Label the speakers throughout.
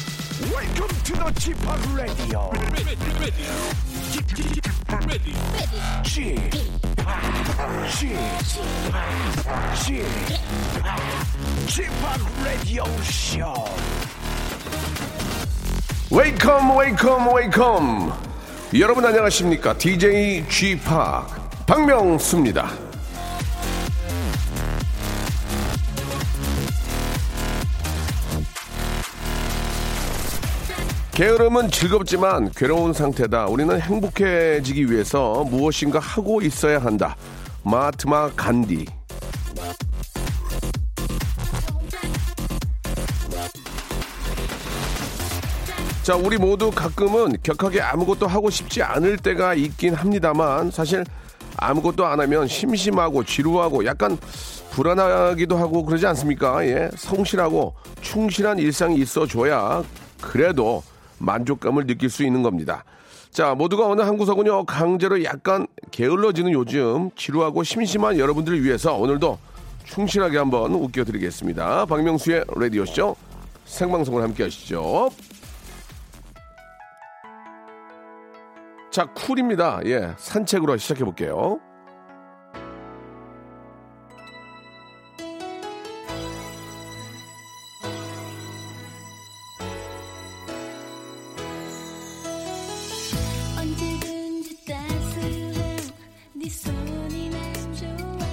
Speaker 1: Welcome to the g p o p Radio.
Speaker 2: ready, ready, ready,
Speaker 1: g p o p g p o p Radio Show.
Speaker 3: 웨이컴 웨이컴 웨이컴 여러분 안녕하십니까 DJ g p o p 박명수입니다 게으름은 즐겁지만 괴로운 상태다 우리는 행복해지기 위해서 무엇인가 하고 있어야 한다 마트마 간디 자, 우리 모두 가끔은 격하게 아무것도 하고 싶지 않을 때가 있긴 합니다만 사실 아무것도 안 하면 심심하고 지루하고 약간 불안하기도 하고 그러지 않습니까? 예. 성실하고 충실한 일상이 있어줘야 그래도 만족감을 느낄 수 있는 겁니다. 자, 모두가 어느 한 구석은요, 강제로 약간 게을러지는 요즘 지루하고 심심한 여러분들을 위해서 오늘도 충실하게 한번 웃겨드리겠습니다. 박명수의 라디오쇼 생방송을 함께 하시죠. 자, 쿨입니다. 예, 산책으로 시작해 볼게요.
Speaker 4: 언제든지 따스한 네 손이 난 좋아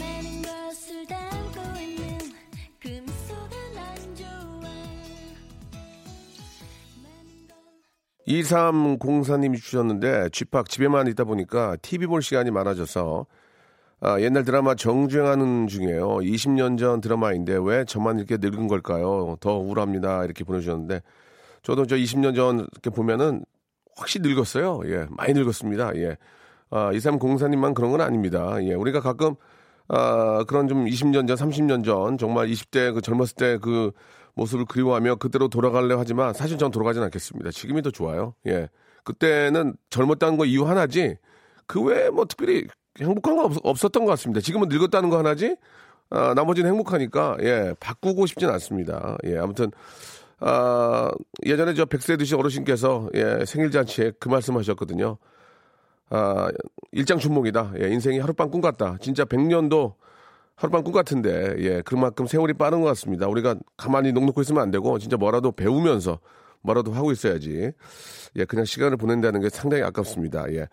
Speaker 4: 많은 것을 담고 있는 그 미소가 난 좋아 많은 걸
Speaker 3: 2304님이 주셨는데 집밖 집에만 있다 보니까 TV 볼 시간이 많아져서 아, 옛날 드라마 정주행하는 중이에요. 20년 전 드라마인데 왜 저만 이렇게 늙은 걸까요? 더 우울합니다. 이렇게 보내주셨는데 저도 저 20년 전 이렇게 보면은 확실히 늙었어요. 예, 많이 늙었습니다. 예. 아, 2304님만 그런 건 아닙니다. 예, 우리가 가끔 아, 그런 좀 20년 전, 30년 전 정말 20대 그 젊었을 때 그 모습을 그리워하며 그대로 돌아갈래 하지만 사실 전 돌아가진 않겠습니다. 지금이 더 좋아요. 예. 그때는 젊었다는 거 이유 하나지 그 외에 뭐 특별히 행복한 건 없, 었던것 같습니다. 지금은 늙었다는 거 하나지 아, 나머지는 행복하니까 예, 바꾸고 싶진 않습니다. 예, 아무튼 아, 예전에 저 백세 드신 어르신께서 예, 생일 잔치에 그 말씀하셨거든요. 아, 일장춘몽이다. 예, 인생이 하룻밤 꿈 같다. 진짜 100년도 하룻밤 꿈 같은데, 예, 그만큼 세월이 빠른 것 같습니다. 우리가 가만히 녹놓고 있으면 안 되고, 진짜 뭐라도 배우면서 뭐라도 하고 있어야지. 예, 그냥 시간을 보낸다는 게 상당히 아깝습니다. 예.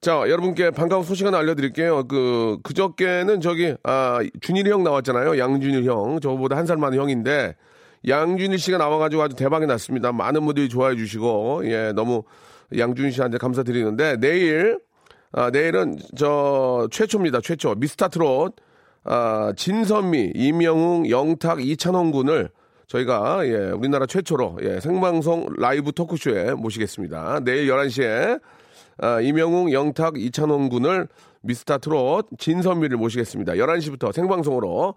Speaker 3: 자, 여러분께 반가운 소식 하나 알려드릴게요. 그, 그저께는 저기, 아, 준일이 형 나왔잖아요. 양준일 형. 저보다 한 살 많은 형인데, 양준일 씨가 나와가지고 아주 대박이 났습니다. 많은 분들이 좋아해 주시고, 예, 너무 양준일 씨한테 감사드리는데, 내일, 아, 내일은 저 최초입니다. 최초 미스타트롯 아, 진선미, 임영웅, 영탁, 이찬원 군을 저희가 예, 우리나라 최초로 예, 생방송 라이브 토크쇼에 모시겠습니다. 내일 11시에 아, 임영웅, 영탁, 이찬원 군을 미스타트롯 진선미를 모시겠습니다. 11시부터 생방송으로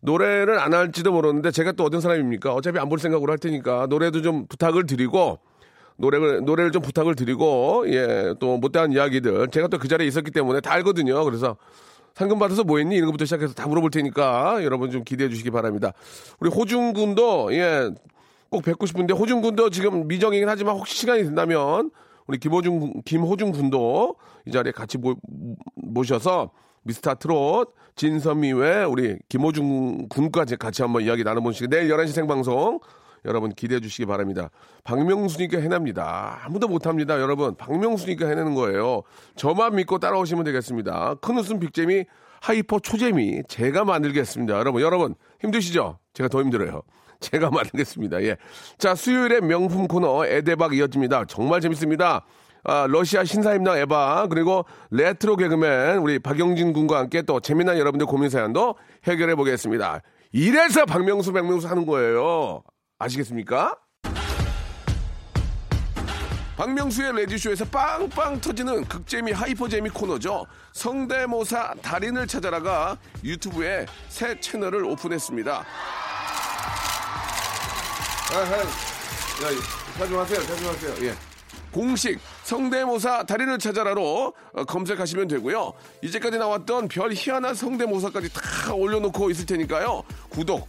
Speaker 3: 노래를 안 할지도 모르는데 제가 또 어떤 사람입니까? 어차피 안 볼 생각으로 할 테니까 노래도 좀 부탁을 드리고 노래를 노래를 좀 부탁을 드리고 예또 못다한 이야기들 제가 또 그 자리에 있었기 때문에 다 알거든요. 그래서 상금 받아서 뭐 했니 이런 것부터 시작해서 다 물어볼 테니까 여러분 좀 기대해 주시기 바랍니다. 우리 호중 군도 예 꼭 뵙고 싶은데 호중 군도 지금 미정이긴 하지만 혹시 시간이 된다면 우리 김호중 군- 김호중 군도 이 자리에 같이 모, 모셔서 미스터 트롯 진선미 외 우리 김호중 군까지 같이 한번 이야기 나눠보는 시간 내일 11시 생방송 여러분 기대해 주시기 바랍니다. 박명수니까 해냅니다. 아무도 못합니다. 여러분 박명수니까 해내는 거예요. 저만 믿고 따라오시면 되겠습니다. 큰 웃음 빅재미 하이퍼 초재미 제가 만들겠습니다. 여러분 여러분 힘드시죠? 제가 더 힘들어요. 제가 만들겠습니다. 예. 자, 수요일에 명품 코너 에데박 이어집니다. 정말 재밌습니다. 아, 러시아 신사임당 에바 그리고 레트로 개그맨 우리 박영진 군과 함께 또 재미난 여러분들 고민 사연도 해결해 보겠습니다. 이래서 박명수 박명수 하는 거예요. 아시겠습니까? 박명수의 레디쇼에서 빵빵 터지는 극재미 하이퍼재미 코너죠. 성대모사 달인을 찾아라가 유튜브에 새 채널을 오픈했습니다. 야, 자중하세요, 자중하세요. 예. 공식 성대모사 달인을 찾아라로 어, 검색하시면 되고요. 이제까지 나왔던 별 희한한 성대모사까지 다 올려놓고 있을 테니까요. 구독,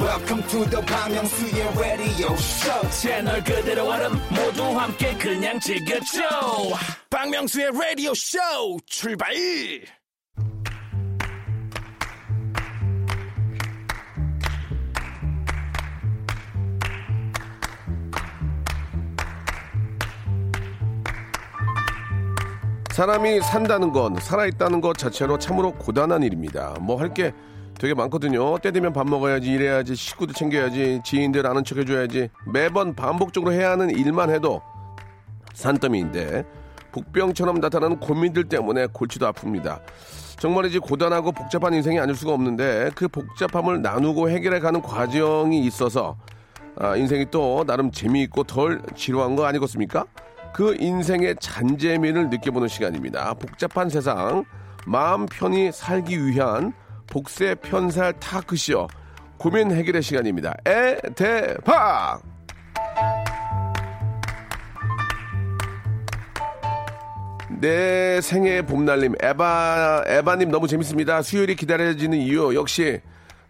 Speaker 5: welcome to the Bang Myung-soo's radio show
Speaker 6: 채널 그대로 얼음 모두 함께 그냥 즐겨줘
Speaker 2: 박명수의 라디오 쇼 출발
Speaker 3: 사람이 산다는 건 살아있다는 것 자체로 참으로 고단한 일입니다. 뭐 할 게 되게 많거든요. 때 되면 밥 먹어야지, 일해야지, 식구도 챙겨야지, 지인들 아는 척 해줘야지. 매번 반복적으로 해야 하는 일만 해도 산더미인데 복병처럼 나타나는 고민들 때문에 골치도 아픕니다. 정말이지 고단하고 복잡한 인생이 아닐 수가 없는데 그 복잡함을 나누고 해결해가는 과정이 있어서 아, 인생이 또 나름 재미있고 덜 지루한 거 아니겠습니까? 그 인생의 잔재미를 느껴보는 시간입니다. 복잡한 세상, 마음 편히 살기 위한 복세 편살 타크쇼 고민 해결의 시간입니다. 에, 대, 박! 내 생애 봄날님 에바 에바님 너무 재밌습니다. 수요일이 기다려지는 이유 역시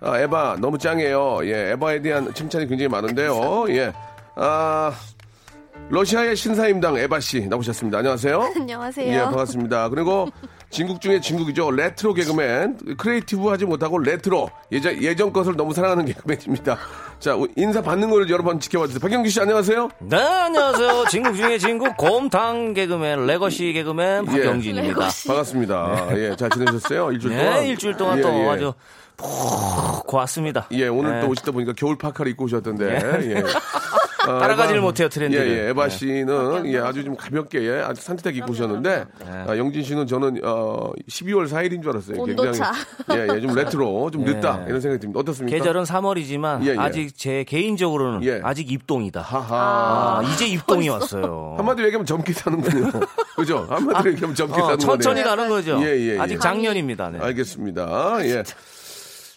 Speaker 3: 아, 에바 너무 짱이에요. 예, 에바에 대한 칭찬이 굉장히 많은데요. 예, 아 러시아의 신사임당 에바 씨 나오셨습니다. 안녕하세요.
Speaker 7: 안녕하세요.
Speaker 3: 예, 반갑습니다. 그리고 진국 중에 진국이죠. 레트로 개그맨 크리에이티브하지 못하고 레트로 예전 예전 것을 너무 사랑하는 개그맨입니다. 자 인사 받는 거를 여러 번 지켜봐 주세요. 박경규 씨 안녕하세요.
Speaker 6: 네 안녕하세요 진국 중에 진국 곰탕 개그맨 레거시 개그맨
Speaker 3: 예.
Speaker 7: 네,
Speaker 6: 박영진입니다
Speaker 3: 반갑습니다. 예, 잘 지내셨어요? 일주일 동안.
Speaker 6: 네 일주일 동안
Speaker 3: 예,
Speaker 6: 또
Speaker 3: 예.
Speaker 6: 아주 푹 왔습니다
Speaker 3: 예, 오늘
Speaker 6: 네.
Speaker 3: 또 오시다 보니까 겨울 파카를 입고 오셨던데. 예. 아,
Speaker 6: 따라가지를
Speaker 3: 에바-
Speaker 6: 못해요, 트렌드를.
Speaker 3: 예, 예, 에바
Speaker 6: 네.
Speaker 3: 씨는 예, 아주 좀 가볍게 예, 아주 산뜻하게 입고 오셨는데 아, 영진 씨는 저는 어, 12월 4일인 줄 알았어요.
Speaker 7: 온도차.
Speaker 3: 굉장히 예, 예, 좀 레트로, 좀 늦다 이런 생각이 듭니다. 어떻습니까?
Speaker 6: 네. 계절은 3월이지만
Speaker 3: 예, 예.
Speaker 6: 아직 제 개인적으로는
Speaker 3: 예.
Speaker 6: 아직 입동이다
Speaker 3: 하하.
Speaker 6: 아, 이제 입동이 왔어요
Speaker 3: 한마디로 얘기하면 점기 타는군요. 그죠? 한마디로 얘기하면 점기
Speaker 6: 어,
Speaker 3: 타는 거네요.
Speaker 6: 천천히 가는 거죠
Speaker 3: 예, 예, 예.
Speaker 6: 아직 작년입니다 네.
Speaker 3: 알겠습니다. 예.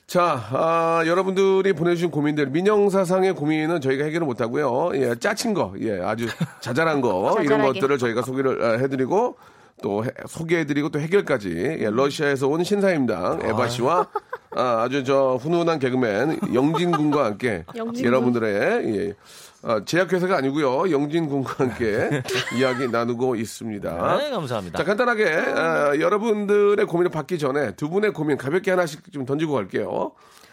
Speaker 3: 자, 아, 여러분들이 보내주신 고민들, 민영사상의 고민은 저희가 해결을 못하고요. 예, 짜친 거, 예, 아주 자잘한 거, 이런
Speaker 7: 자잘하게.
Speaker 3: 것들을 저희가 소개를 아, 해드리고, 또 해- 소개해드리고 또 해결까지 예,
Speaker 7: 음.
Speaker 3: 러시아에서 온 신사임당 에바 씨와 아, 아주 저 훈훈한 개그맨 영진 군과 함께
Speaker 7: 영진 군.
Speaker 3: 여러분들의 예, 아, 제약회사가 아니고요 영진 군과 함께 이야기 나누고 있습니다.
Speaker 6: 네, 감사합니다.
Speaker 3: 자, 간단하게 어, 여러분들의 고민을 받기 전에 두 분의 고민 가볍게 하나씩 좀 던지고 갈게요.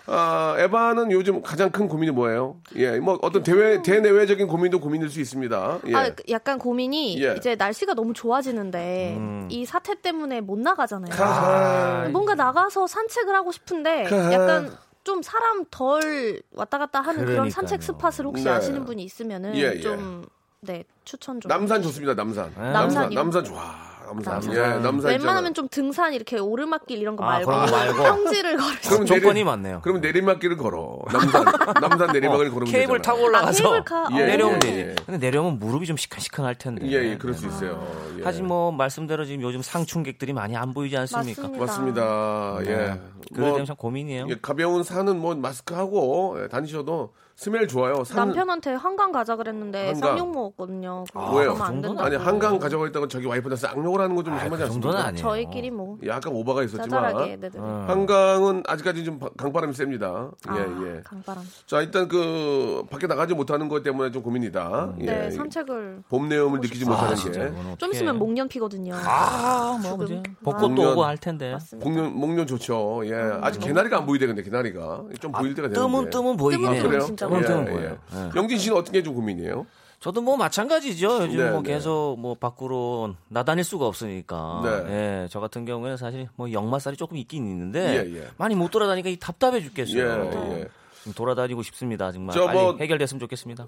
Speaker 3: 아, 에바는 요즘 가장 큰 고민이 뭐예요? 예, 뭐 어떤 대외 대내외적인 고민도 고민일 수 있습니다. 예.
Speaker 7: 음. 아, 그 약간 고민이
Speaker 3: 예.
Speaker 7: 이제 날씨가 너무 좋아지는데
Speaker 6: 음.
Speaker 7: 이 사태 때문에 못 나가잖아요.
Speaker 3: 아,
Speaker 7: 뭔가 나가서 산책을 하고 싶은데 약간 좀 사람 덜 왔다 갔다 하는 그런
Speaker 6: 그러니까요.
Speaker 7: 산책 스팟을 혹시
Speaker 3: 네.
Speaker 7: 아시는 분이 있으면은
Speaker 3: 예, 예.
Speaker 7: 좀 네, 추천 좀.
Speaker 3: 남산 좋습니다. 남산.
Speaker 6: 아.
Speaker 3: 남산
Speaker 7: 남산이요?
Speaker 3: 남산 좋아. 남산.
Speaker 7: 남산.
Speaker 3: 예, 남산 있잖아.
Speaker 7: 웬만하면 좀 등산 이렇게 오르막길 이런 거
Speaker 6: 아,
Speaker 7: 말고,
Speaker 6: 그런 거 말고.
Speaker 7: 평지를 걸으시고
Speaker 3: 그럼
Speaker 6: 조건이 많네요.
Speaker 3: 그럼 내리막길을 걸어. 남산. 남산 내리막을 걸으면
Speaker 6: 케이블
Speaker 3: 되잖아.
Speaker 6: 타고 올라가서
Speaker 7: 케이블카.
Speaker 3: 예,
Speaker 6: 내려오면
Speaker 3: 예,
Speaker 6: 되지.
Speaker 3: 예.
Speaker 6: 근데 내려오면 무릎이 좀 시큰시큰할 텐데.
Speaker 3: 예, 예, 그럴 수 있어요. 예.
Speaker 6: 네. 하지만 뭐 말씀대로 지금 요즘 상충객들이 많이 안 보이지 않습니까?
Speaker 7: 맞습니다.
Speaker 3: 맞습니다. 예.
Speaker 6: 네. 그게 되면 참 고민이에요.
Speaker 3: 예, 가벼운 산은 뭐 마스크 하고 예, 다니셔도 스멜 좋아요. 산은-
Speaker 7: 남편한테 한강 가자 그랬는데
Speaker 3: 한강.
Speaker 7: 쌍욕 먹었거든요. 그거
Speaker 3: 뭐예요?
Speaker 7: 하면 안 된다고.
Speaker 3: 아니 한강 가져가 있다고 저기 와이프한테 쌍욕을 하는 거좀
Speaker 6: 아,
Speaker 3: 심하지
Speaker 6: 그
Speaker 3: 않습니까?
Speaker 6: 정도는 아니에요. 어.
Speaker 7: 저희끼리 뭐
Speaker 3: 약간 오바가 있었지만
Speaker 7: 짜잘하게 네네. 네.
Speaker 3: 한강은 아직까지 좀 바- 강바람이 셉니다.
Speaker 7: 아,
Speaker 3: 예 예.
Speaker 7: 강바람.
Speaker 3: 자 일단 그 밖에 나가지 못하는 것 때문에 좀 고민이다. 예.
Speaker 7: 네, 산책을
Speaker 3: 봄 내음을 느끼지 못하는
Speaker 6: 음. 진짜
Speaker 3: 게
Speaker 6: 이건 아, 어떡해.
Speaker 7: 좀 있으면 목련 피거든요. 어,
Speaker 6: 아, 뭐 그지.
Speaker 3: 목련.
Speaker 6: 벚꽃도 오고 할 텐데.
Speaker 7: 맞습니다.
Speaker 3: 목련 목련 좋죠. 예
Speaker 7: 음,
Speaker 3: 아직 개나리가 안 보이대 근데 개나리가 좀
Speaker 7: 아,
Speaker 3: 보일 때가 되는데.
Speaker 6: 뜸은 뜸은 보이긴
Speaker 7: 뜸은
Speaker 6: 해요.
Speaker 3: 그래요?
Speaker 7: 진짜
Speaker 6: 뜸은 뜸은
Speaker 3: 예,
Speaker 6: 네, 보여요.
Speaker 3: 예.
Speaker 6: 예.
Speaker 3: 영진 씨는 어떻게 좀 고민이에요?
Speaker 6: 저도 뭐 마찬가지죠. 요즘
Speaker 3: 네,
Speaker 6: 뭐
Speaker 3: 네.
Speaker 6: 계속 뭐 밖으로 나다닐 수가 없으니까.
Speaker 3: 네.
Speaker 6: 예, 저 같은 경우에는 사실 뭐 역마살이 조금 있긴 있는데
Speaker 3: 예, 예.
Speaker 6: 많이 못 돌아다니까 이 답답해 죽겠어요.
Speaker 3: 예, 예.
Speaker 6: 좀 돌아다니고 싶습니다. 정말
Speaker 3: 저
Speaker 6: 빨리
Speaker 3: 뭐-
Speaker 6: 해결됐으면 좋겠습니다.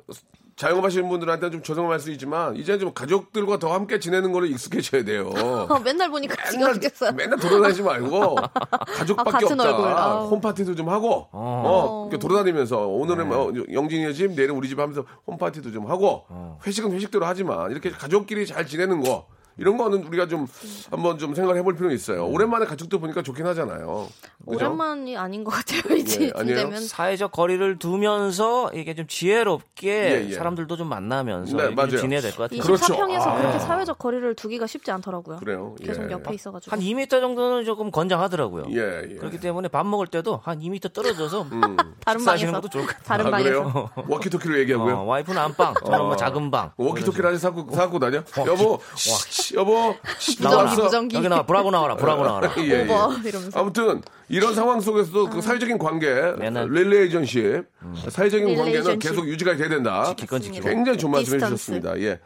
Speaker 3: 자영업하시는 분들한테는 좀 죄송할 수 있지만 이제 좀 가족들과 더 함께 지내는 거를 익숙해져야 돼요.
Speaker 7: 어, 맨날 보니까 지겨죽겠어요
Speaker 3: 맨날 돌아다니지 말고 가족밖에
Speaker 7: 아, 같은
Speaker 3: 없다.
Speaker 7: 얼굴. 아우.
Speaker 3: 홈파티도 좀 하고 어, 이렇게 돌아다니면서 오늘은 뭐 영진이의 집, 어. 내일은 우리 집 하면서 홈파티도 좀 하고 회식은 회식대로 하지만 이렇게 가족끼리 잘 지내는 거 이런 거는 우리가 좀 한번 좀 생각해 을볼 필요는 있어요. 오랜만에 가족들 보니까 좋긴 하잖아요. 그죠?
Speaker 7: 오랜만이 아닌 것 같아요. 이제
Speaker 3: 예, 아니에요?
Speaker 7: 되면
Speaker 6: 사회적 거리를 두면서 이게 좀 지혜롭게
Speaker 3: 예, 예.
Speaker 6: 사람들도 좀 만나면서
Speaker 3: 네,
Speaker 6: 이렇게
Speaker 3: 맞아요.
Speaker 6: 좀 지내야 될 것 같아요.
Speaker 3: 그렇-
Speaker 7: 24평에서
Speaker 3: 아.
Speaker 7: 그렇게 사회적 거리를 두기가 쉽지 않더라고요.
Speaker 3: 그래요? 예.
Speaker 7: 계속 옆에 있어가지고.
Speaker 6: 한 2m 정도는 조금 권장하더라고요.
Speaker 3: 예, 음. 예.
Speaker 6: 그렇기 때문에 밥 먹을 때도 한 2m 떨어져서 음.
Speaker 7: 다른
Speaker 6: 식사하시는
Speaker 7: 방에서.
Speaker 6: 것도 좋을 것 같아요.
Speaker 7: 다른
Speaker 3: 아,
Speaker 7: 방에서.
Speaker 3: 그래요? 워키토키로
Speaker 6: 어,
Speaker 3: 얘기하고요.
Speaker 6: 와이프는 안방, 저는
Speaker 3: 어.
Speaker 6: 뭐 작은 방.
Speaker 3: 그렇죠. 워키토키를 아직 사고, 사고 다녀? 여보, 씨, 여보, 씨, 나
Speaker 7: 무전기,
Speaker 3: 왔어.
Speaker 7: 무전기.
Speaker 6: 여기 나와, 브라보 나와라, 브라보 나와라.
Speaker 3: 예, 예.
Speaker 7: 뭐, 이러면서. 음.
Speaker 3: 아무튼 이런 상황 속에서도 그 사회적인 관계,
Speaker 6: 네는. 음.
Speaker 3: 릴레이션십, 사회적인 관계는
Speaker 7: 릴레이션십.
Speaker 3: 계속 유지가 돼야 된다.
Speaker 6: 지키건 지키고.
Speaker 3: 굉장히 좋은 말씀
Speaker 7: 디스턴스.
Speaker 3: 해주셨습니다. 예.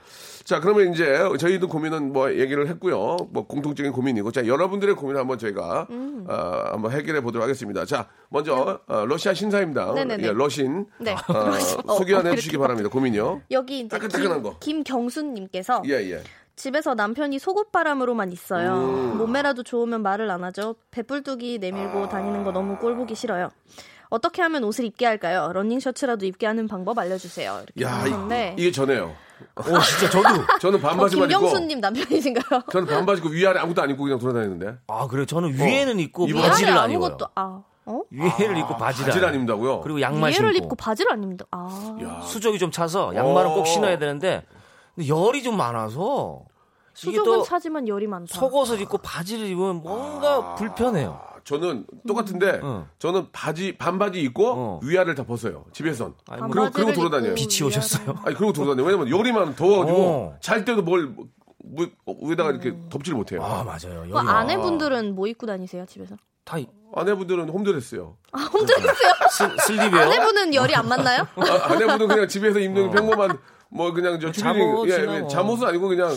Speaker 3: 자, 그러면 이제 저희도 고민은 뭐 얘기를 했고요. 뭐 공통적인 고민이고, 자 여러분들의 고민을 한번 저희가
Speaker 7: 음.
Speaker 3: 어, 한번 해결해 보도록 하겠습니다. 자, 먼저 어, 러시아 신사입니다.
Speaker 7: 네. 네네네.
Speaker 3: 예, 러신
Speaker 7: 네.
Speaker 3: 어,
Speaker 7: 어,
Speaker 3: 소개 하나
Speaker 7: 어,
Speaker 3: 해주시기
Speaker 7: 이렇게
Speaker 3: 바랍니다. 고민요.
Speaker 7: 여기 이제
Speaker 3: 따끈따끈한 거.
Speaker 7: 김, 경순님께서
Speaker 3: 예, 예.
Speaker 7: 집에서 남편이 속옷바람으로만 있어요. 몸매라도 좋으면 말을 안 하죠. 배불뚝이 내밀고 다니는 거 너무 꼴 보기 싫어요. 어떻게 하면 옷을 입게 할까요? 러닝 셔츠라도 입게 하는 방법 알려주세요. 이렇게
Speaker 3: 야,
Speaker 7: 하셨는데
Speaker 3: 이, 이게 저네요.
Speaker 6: 오, 진짜 저도.
Speaker 3: 저는
Speaker 7: 어,
Speaker 3: 반바지만 입고,
Speaker 7: 김경수님 남편이신가요?
Speaker 3: 저는 반바지 입고 위아래 아무것도 안 입고 그냥 돌아다니는데.
Speaker 6: 아, 그래요. 저는 위에는 입고
Speaker 3: 어. 이번에
Speaker 6: 바지를 안 입어요.
Speaker 7: 아무것도 아 어?
Speaker 6: 위에를 입고 바지를
Speaker 3: 바지를
Speaker 6: 안
Speaker 3: 안
Speaker 6: 입고.
Speaker 3: 입는다고요?
Speaker 6: 네. 그리고 양말
Speaker 7: 위에를
Speaker 6: 신고.
Speaker 7: 입고 바지를 안 입는다. 아
Speaker 3: 야,
Speaker 6: 수족이 좀 차서 양말은
Speaker 3: 오.
Speaker 6: 꼭 신어야 되는데 근데 열이 좀 많아서 이게
Speaker 7: 수족은
Speaker 6: 또
Speaker 7: 차지만 열이 많다.
Speaker 6: 속옷을 입고 바지를 입으면
Speaker 3: 아.
Speaker 6: 뭔가 불편해요.
Speaker 3: 저는 똑같은데
Speaker 6: 응.
Speaker 3: 저는 바지 반바지 입고
Speaker 6: 음. 어.
Speaker 3: 위아를 다 벗어요 집에선
Speaker 6: 아니, 뭐
Speaker 3: 그리고 그리고
Speaker 7: 반바지를
Speaker 3: 돌아다녀요.
Speaker 7: 입고
Speaker 6: 빛이 오셨어요.
Speaker 3: 아니 그러고 돌아다녀요 왜냐면 요리만 더워가지고
Speaker 6: 어.
Speaker 3: 잘 때도 뭘 뭐, 어, 위에다가 이렇게
Speaker 7: 음.
Speaker 3: 덮지를 못해요
Speaker 6: 아 맞아요. 여기
Speaker 7: 그 아내분들은 뭐 입고 다니세요 집에서?
Speaker 6: 다 이-
Speaker 3: 아내분들은 홈드레스요
Speaker 6: 슬- 슬립이에요.
Speaker 7: 아내분은 열이 안 맞나요?
Speaker 3: 아, 내분들은 그냥 집에서 입는 평범한 뭐 그냥 저 추리닝
Speaker 6: 어. 잠옷이나
Speaker 3: 예, 예,
Speaker 6: 뭐.
Speaker 3: 잠옷은 아니고 그냥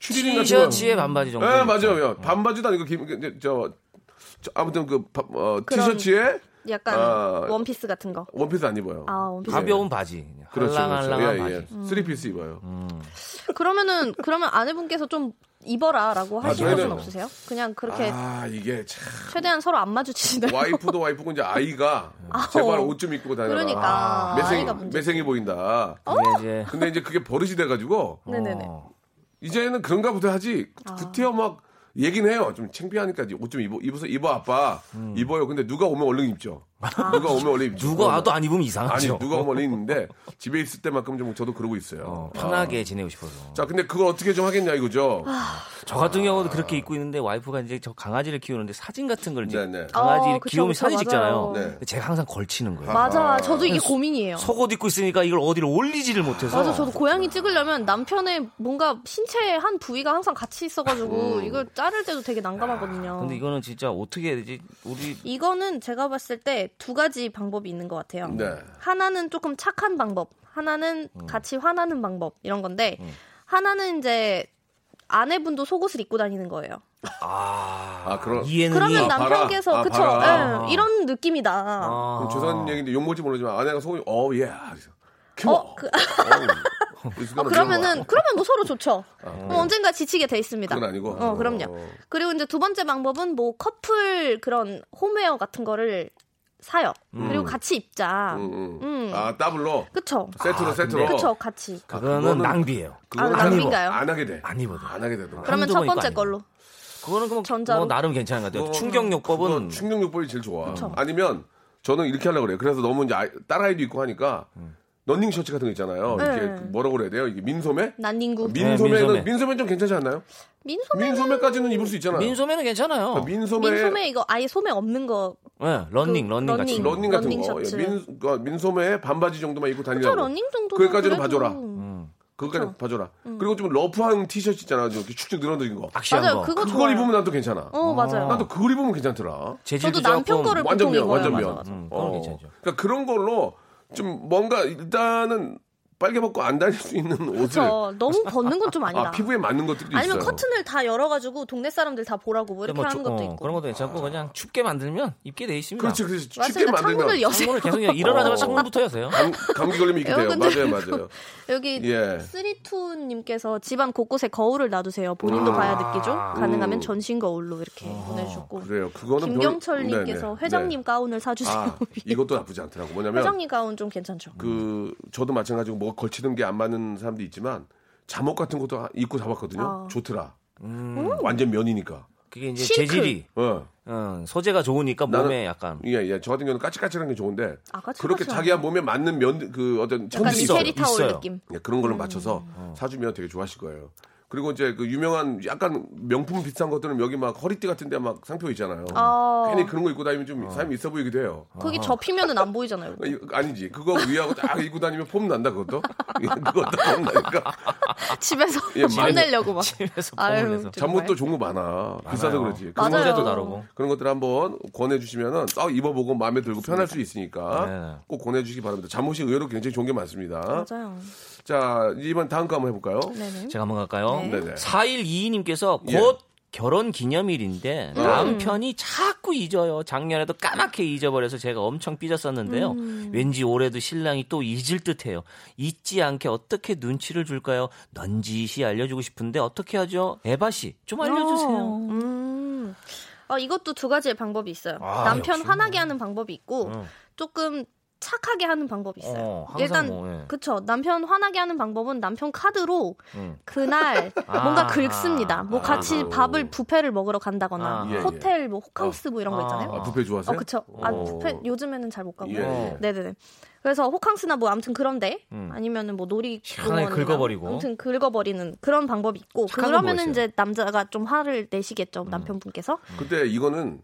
Speaker 3: 추리닝 같은 거
Speaker 6: 티셔츠에 어. 반바지 정도.
Speaker 3: 예, 맞아요 예. 반바지도 아니고 기, 그, 저, 저 아무튼 그 바- 어,
Speaker 7: 그런-
Speaker 3: 티셔츠에
Speaker 7: 약간
Speaker 3: 아.
Speaker 7: 원피스 같은 거.
Speaker 3: 원피스 안 입어요
Speaker 7: 아 원피스.
Speaker 6: 가벼운 바지. 그냥
Speaker 3: 그렇죠 그렇죠
Speaker 6: 할랑할랑한 바지.
Speaker 3: 예, 예.
Speaker 7: 음.
Speaker 3: 쓰리피스 입어요
Speaker 7: 그러면은 그러면 아내분께서 좀 입어라라고 하신
Speaker 3: 저희는-
Speaker 7: 적은 없으세요? 그냥 그렇게
Speaker 3: 아 이게 참
Speaker 7: 최대한 서로 안 마주치시네.
Speaker 3: 와이프도 와이프고 이제 아이가 제발
Speaker 7: 아오.
Speaker 3: 옷 좀 입고 다녀라.
Speaker 7: 그러니까
Speaker 3: 매생이,
Speaker 7: 아이가 어. 문제.
Speaker 3: 매생이 보인다.
Speaker 6: 근데 이제
Speaker 3: 근데 이제 그게 버릇이 돼가지고
Speaker 7: 네네네.
Speaker 6: 어,
Speaker 3: 이제는 그런가 보다 하지
Speaker 7: 아.
Speaker 3: 구태여 막 얘긴 해요. 좀 창피하니까 옷 좀 입어, 입어서 입어 아빠 입어요. 근데 누가 오면 얼른 입죠.
Speaker 7: 아.
Speaker 3: 누가 오면 얼른 입죠.
Speaker 6: 음. 누가 와도 안 입으면
Speaker 3: 아니
Speaker 6: 이상하죠.
Speaker 3: 누가 오면 얼른 입는데 집에 있을 때만큼 좀 저도 그러고 있어요.
Speaker 6: 어,
Speaker 3: 아.
Speaker 6: 편하게 지내고 싶어서.
Speaker 3: 자 근데 그걸 어떻게 좀 하겠냐 이거죠.
Speaker 7: 아.
Speaker 6: 저
Speaker 3: 아.
Speaker 6: 같은 경우도 그렇게 입고 있는데 와이프가 이제 저 강아지를 키우는데 사진 같은 걸 이제
Speaker 3: 네네.
Speaker 7: 어,
Speaker 6: 강아지
Speaker 7: 그쵸,
Speaker 6: 귀여우면
Speaker 7: 그쵸,
Speaker 6: 사진 찍잖아요.
Speaker 7: 맞아요.
Speaker 3: 네.
Speaker 6: 근데 제가 항상 걸치는 거예요.
Speaker 7: 맞아. 저도 이게 고민이에요.
Speaker 6: 속옷 입고 있으니까 이걸 어디를 올리지를 못해서.
Speaker 7: 어. 맞아, 저도 고양이 찍으려면 남편의 뭔가 신체의 한 부위가 항상 같이 있어가지고 이걸 자를 때도 되게 난감하거든요.
Speaker 6: 근데 이거는 진짜 어떻게 해야 되지? 우리
Speaker 7: 이거는 제가 봤을 때 두 가지 방법이 있는 것 같아요.
Speaker 3: 네.
Speaker 7: 하나는 조금 착한 방법, 하나는 같이 화나는 방법 이런 건데 하나는 이제 아내분도 속옷을 입고 다니는 거예요.
Speaker 3: 아 그런
Speaker 6: 이해는
Speaker 7: 그러면
Speaker 6: 이.
Speaker 3: 나-
Speaker 7: 남편께서
Speaker 3: 봐라. 아,
Speaker 7: 그쵸?
Speaker 3: 봐라.
Speaker 7: 예, 이런 느낌이다.
Speaker 6: 아,
Speaker 3: 그럼 예, 죄송한 얘기인데 욕 먹을지 모르지만 아내가 속이 어예
Speaker 7: 어, 그, 어, 그러면은 그러면 뭐 서로 좋죠. 어, 언젠가 지치게 돼 있습니다.
Speaker 3: 아. 그건 아니고?
Speaker 7: 어, 그럼요.
Speaker 3: 어.
Speaker 7: 그리고 이제 두 번째 방법은 뭐 커플 그런 홈웨어 같은 거를 사요. 그리고 같이 입자.
Speaker 3: 음.
Speaker 7: 음.
Speaker 3: 아 더블로
Speaker 7: 그쵸?
Speaker 3: 세트로 세트로
Speaker 7: 아, 그쵸? 같이.
Speaker 6: 그거는
Speaker 3: 아, 그거는-
Speaker 6: 낭비예요.
Speaker 3: 그건
Speaker 7: 아,
Speaker 3: 안 입어.
Speaker 7: 낭비인가요?
Speaker 3: 안 하게 돼.
Speaker 6: 안 입어도.
Speaker 3: 안 하게 되더라.
Speaker 7: 그러면
Speaker 6: 한두
Speaker 7: 첫
Speaker 6: 번일 거
Speaker 7: 번째
Speaker 6: 아니에요.
Speaker 7: 걸로.
Speaker 6: 그거는 그럼
Speaker 7: 전자로?
Speaker 6: 뭐 나름 괜찮은 것 같아요.
Speaker 7: 음.
Speaker 6: 충격요법은
Speaker 3: 충격요법이 제일 좋아. 아니면 저는 이렇게 하려고 그래요. 그래서 너무 이제 아이- 딸아이도 있고 하니까
Speaker 7: 음.
Speaker 3: 러닝 셔츠 같은 거 있잖아요. 이게
Speaker 7: 네.
Speaker 3: 뭐라고 그래야 돼요? 이게 민소매?
Speaker 7: 난닝구.
Speaker 6: 민-
Speaker 3: 민소매는
Speaker 7: 네,
Speaker 6: 민소매.
Speaker 3: 민소매 좀 괜찮지 않나요?
Speaker 7: 민소매?
Speaker 3: 민소매까지는 입을 수 있잖아요.
Speaker 6: 민소매는 괜찮아요.
Speaker 3: 그러니까 민소매,
Speaker 7: 민소매 이거 아예 소매 없는 거.
Speaker 6: 네, 런닝,
Speaker 7: 그
Speaker 6: 런닝 같이.
Speaker 7: 런닝.
Speaker 3: 러닝 같은
Speaker 7: 러닝
Speaker 3: 거.
Speaker 7: 셔츠.
Speaker 3: 민, 그러니까 민소매에 반바지 정도만 입고
Speaker 7: 저
Speaker 3: 다니라고.
Speaker 7: 러닝 정도.
Speaker 3: 거기까지는 봐줘라.
Speaker 6: 음,
Speaker 3: 그거까지 봐줘라. 그리고 좀 러프한 티셔츠 있잖아. 좀 이렇게 축축 늘어뜨린 거.
Speaker 6: 악시한
Speaker 7: 음. 맞아요.
Speaker 6: 거.
Speaker 7: 그거
Speaker 3: 그걸
Speaker 7: 좋아요.
Speaker 3: 입으면 난 또 괜찮아.
Speaker 7: 어, 맞아요.
Speaker 3: 난 또 그걸 입으면 괜찮더라.
Speaker 6: 재질도 뭐
Speaker 7: 저도 남편
Speaker 6: 조금-
Speaker 7: 거를
Speaker 3: 완전
Speaker 7: 보통
Speaker 3: 면,
Speaker 7: 입어요.
Speaker 3: 완전
Speaker 7: 맞아,
Speaker 3: 면.
Speaker 7: 맞아.
Speaker 6: 음, 그건 괜찮죠.
Speaker 3: 그러니까 그런 걸로 좀 뭔가 일단은 빨개 벗고 안 다닐 수 있는 옷을
Speaker 7: 저 너무 벗는 건 좀 아니다.
Speaker 3: 아, 피부에 맞는 것들도
Speaker 7: 아니면
Speaker 3: 있어요.
Speaker 7: 커튼을 다 열어가지고 동네 사람들 다 보라고 뭐 이렇게
Speaker 6: 뭐
Speaker 7: 하는
Speaker 6: 조-
Speaker 7: 것도
Speaker 6: 어,
Speaker 7: 있고.
Speaker 6: 그런 것도 괜찮고 그냥 춥게 만들면 입게 돼 있습니다.
Speaker 3: 그렇지, 그렇지. 쉽게
Speaker 7: 맞습니다.
Speaker 3: 만들면
Speaker 7: 창문을 여세요.
Speaker 6: 창문을 계속 그냥 일어나자마자
Speaker 3: 어.
Speaker 6: 창문부터 여세요.
Speaker 3: 감, 감기 걸리면 이렇게 돼요.
Speaker 7: 에어컨
Speaker 3: 맞아요,
Speaker 7: 들고.
Speaker 3: 맞아요.
Speaker 7: 여기
Speaker 3: 예.
Speaker 7: 쓰리투님께서 집안 곳곳에 거울을 놔두세요. 본인도
Speaker 3: 아.
Speaker 7: 봐야 느끼죠. 가능하면 전신 거울로 이렇게 보내주고.
Speaker 3: 그래요. 그거는 별로-
Speaker 7: 김경철님께서
Speaker 3: 네네.
Speaker 7: 회장님
Speaker 3: 네.
Speaker 7: 가운을 사주세요.
Speaker 3: 아, 이것도 나쁘지 않더라고. 뭐냐면
Speaker 7: 회장님 가운 좀 괜찮죠.
Speaker 3: 그 저도 마찬가지고 뭐 걸치는 게 안 맞는 사람도 있지만 잠옷 같은 것도 입고 잡았거든요.
Speaker 7: 아.
Speaker 3: 좋더라. 음. 완전 면이니까.
Speaker 6: 그게 이제
Speaker 7: 실크.
Speaker 6: 재질이
Speaker 3: 어.
Speaker 6: 어, 소재가 좋으니까 몸에
Speaker 3: 나는-
Speaker 6: 약간
Speaker 3: 예, 예. 저 같은 경우는 까칠까칠한 게 좋은데
Speaker 7: 아, 까칠까칠하네.
Speaker 3: 그렇게 자기야 몸에 맞는 면 그 어떤
Speaker 7: 약간 음.
Speaker 3: 이
Speaker 6: 있어요.
Speaker 7: 이태리 타올
Speaker 6: 있어요.
Speaker 7: 느낌.
Speaker 3: 예, 그런 걸로 맞춰서 사주면 되게 좋아하실 거예요. 그리고 이제 그 유명한 약간 명품 비싼 것들은 여기 막 허리띠 같은 데 막 상표 있잖아요.
Speaker 7: 아.
Speaker 3: 괜히 그런 거 입고 다니면 좀 사람이 있어 보이기도 해요.
Speaker 7: 거기 접히면은 안 보이잖아요.
Speaker 3: 이- 아니지. 그거 위하고 딱 입고 다니면 폼 난다, 그것도. 예, 그것도 폼 나니까.
Speaker 7: 집에서
Speaker 3: 예, 많이-
Speaker 7: 혼내려고 막.
Speaker 6: 집에서
Speaker 7: 아유,
Speaker 6: 폼을 내서.
Speaker 7: 정말.
Speaker 3: 잠옷도 종류 많아. 비싸서 그렇지. 그런,
Speaker 7: 네. 맞아요.
Speaker 6: 소재도 다르고.
Speaker 3: 그런 것들 한번 권해주시면은 써 입어보고 마음에 들고 편할 수 있으니까
Speaker 6: 네.
Speaker 3: 꼭 권해주시기 바랍니다. 잠옷이 의외로 굉장히 좋은 게 많습니다.
Speaker 7: 맞아요.
Speaker 3: 자, 이번 다음 거 한번 해볼까요?
Speaker 7: 네네.
Speaker 6: 제가 한번 갈까요?
Speaker 3: 네. 네네.
Speaker 6: 4122님께서
Speaker 3: 예. 음.
Speaker 6: 곧 결혼 기념일인데 남편이 자꾸 잊어요. 작년에도 까맣게 잊어버려서 제가 엄청 삐졌었는데요.
Speaker 3: 음.
Speaker 6: 왠지 올해도 신랑이 또 잊을 듯해요. 잊지 않게 어떻게 눈치를 줄까요? 넌지시 알려주고 싶은데 어떻게 하죠? 에바 씨 좀 알려주세요.
Speaker 7: 음. 어, 이것도 두 가지의 방법이 있어요.
Speaker 6: 아,
Speaker 7: 남편
Speaker 6: 역시.
Speaker 7: 화나게 하는 방법이 있고 조금 착하게 하는 방법이 있어요.
Speaker 6: 어, 항상
Speaker 7: 일단
Speaker 6: 뭐, 예.
Speaker 7: 그쵸 남편 화나게 하는 방법은 남편 카드로
Speaker 6: 음.
Speaker 7: 그날
Speaker 6: 아.
Speaker 7: 뭔가 긁습니다. 뭐 같이
Speaker 3: 아.
Speaker 7: 밥을 뷔페를 먹으러 간다거나
Speaker 6: 아.
Speaker 3: 예, 예.
Speaker 7: 호텔 뭐 호캉스 뭐 이런 거 있잖아요.
Speaker 3: 아, 부페 좋아하세요?
Speaker 7: 어, 그쵸. 아,
Speaker 3: 어.
Speaker 7: 뷔페 요즘에는 잘 못 가고.
Speaker 3: 예, 예.
Speaker 7: 네네네. 그래서 호캉스나 뭐 아무튼 그런데
Speaker 6: 음.
Speaker 7: 아니면은 뭐
Speaker 6: 시원하게
Speaker 7: 놀이공원
Speaker 6: 긁어버리고.
Speaker 7: 아무튼 긁어버리는 그런 방법이 있고
Speaker 6: 착한
Speaker 7: 그러면은
Speaker 6: 건
Speaker 7: 이제 남자가 좀 화를 내시겠죠
Speaker 3: 음.
Speaker 7: 남편분께서
Speaker 3: 근데 이거는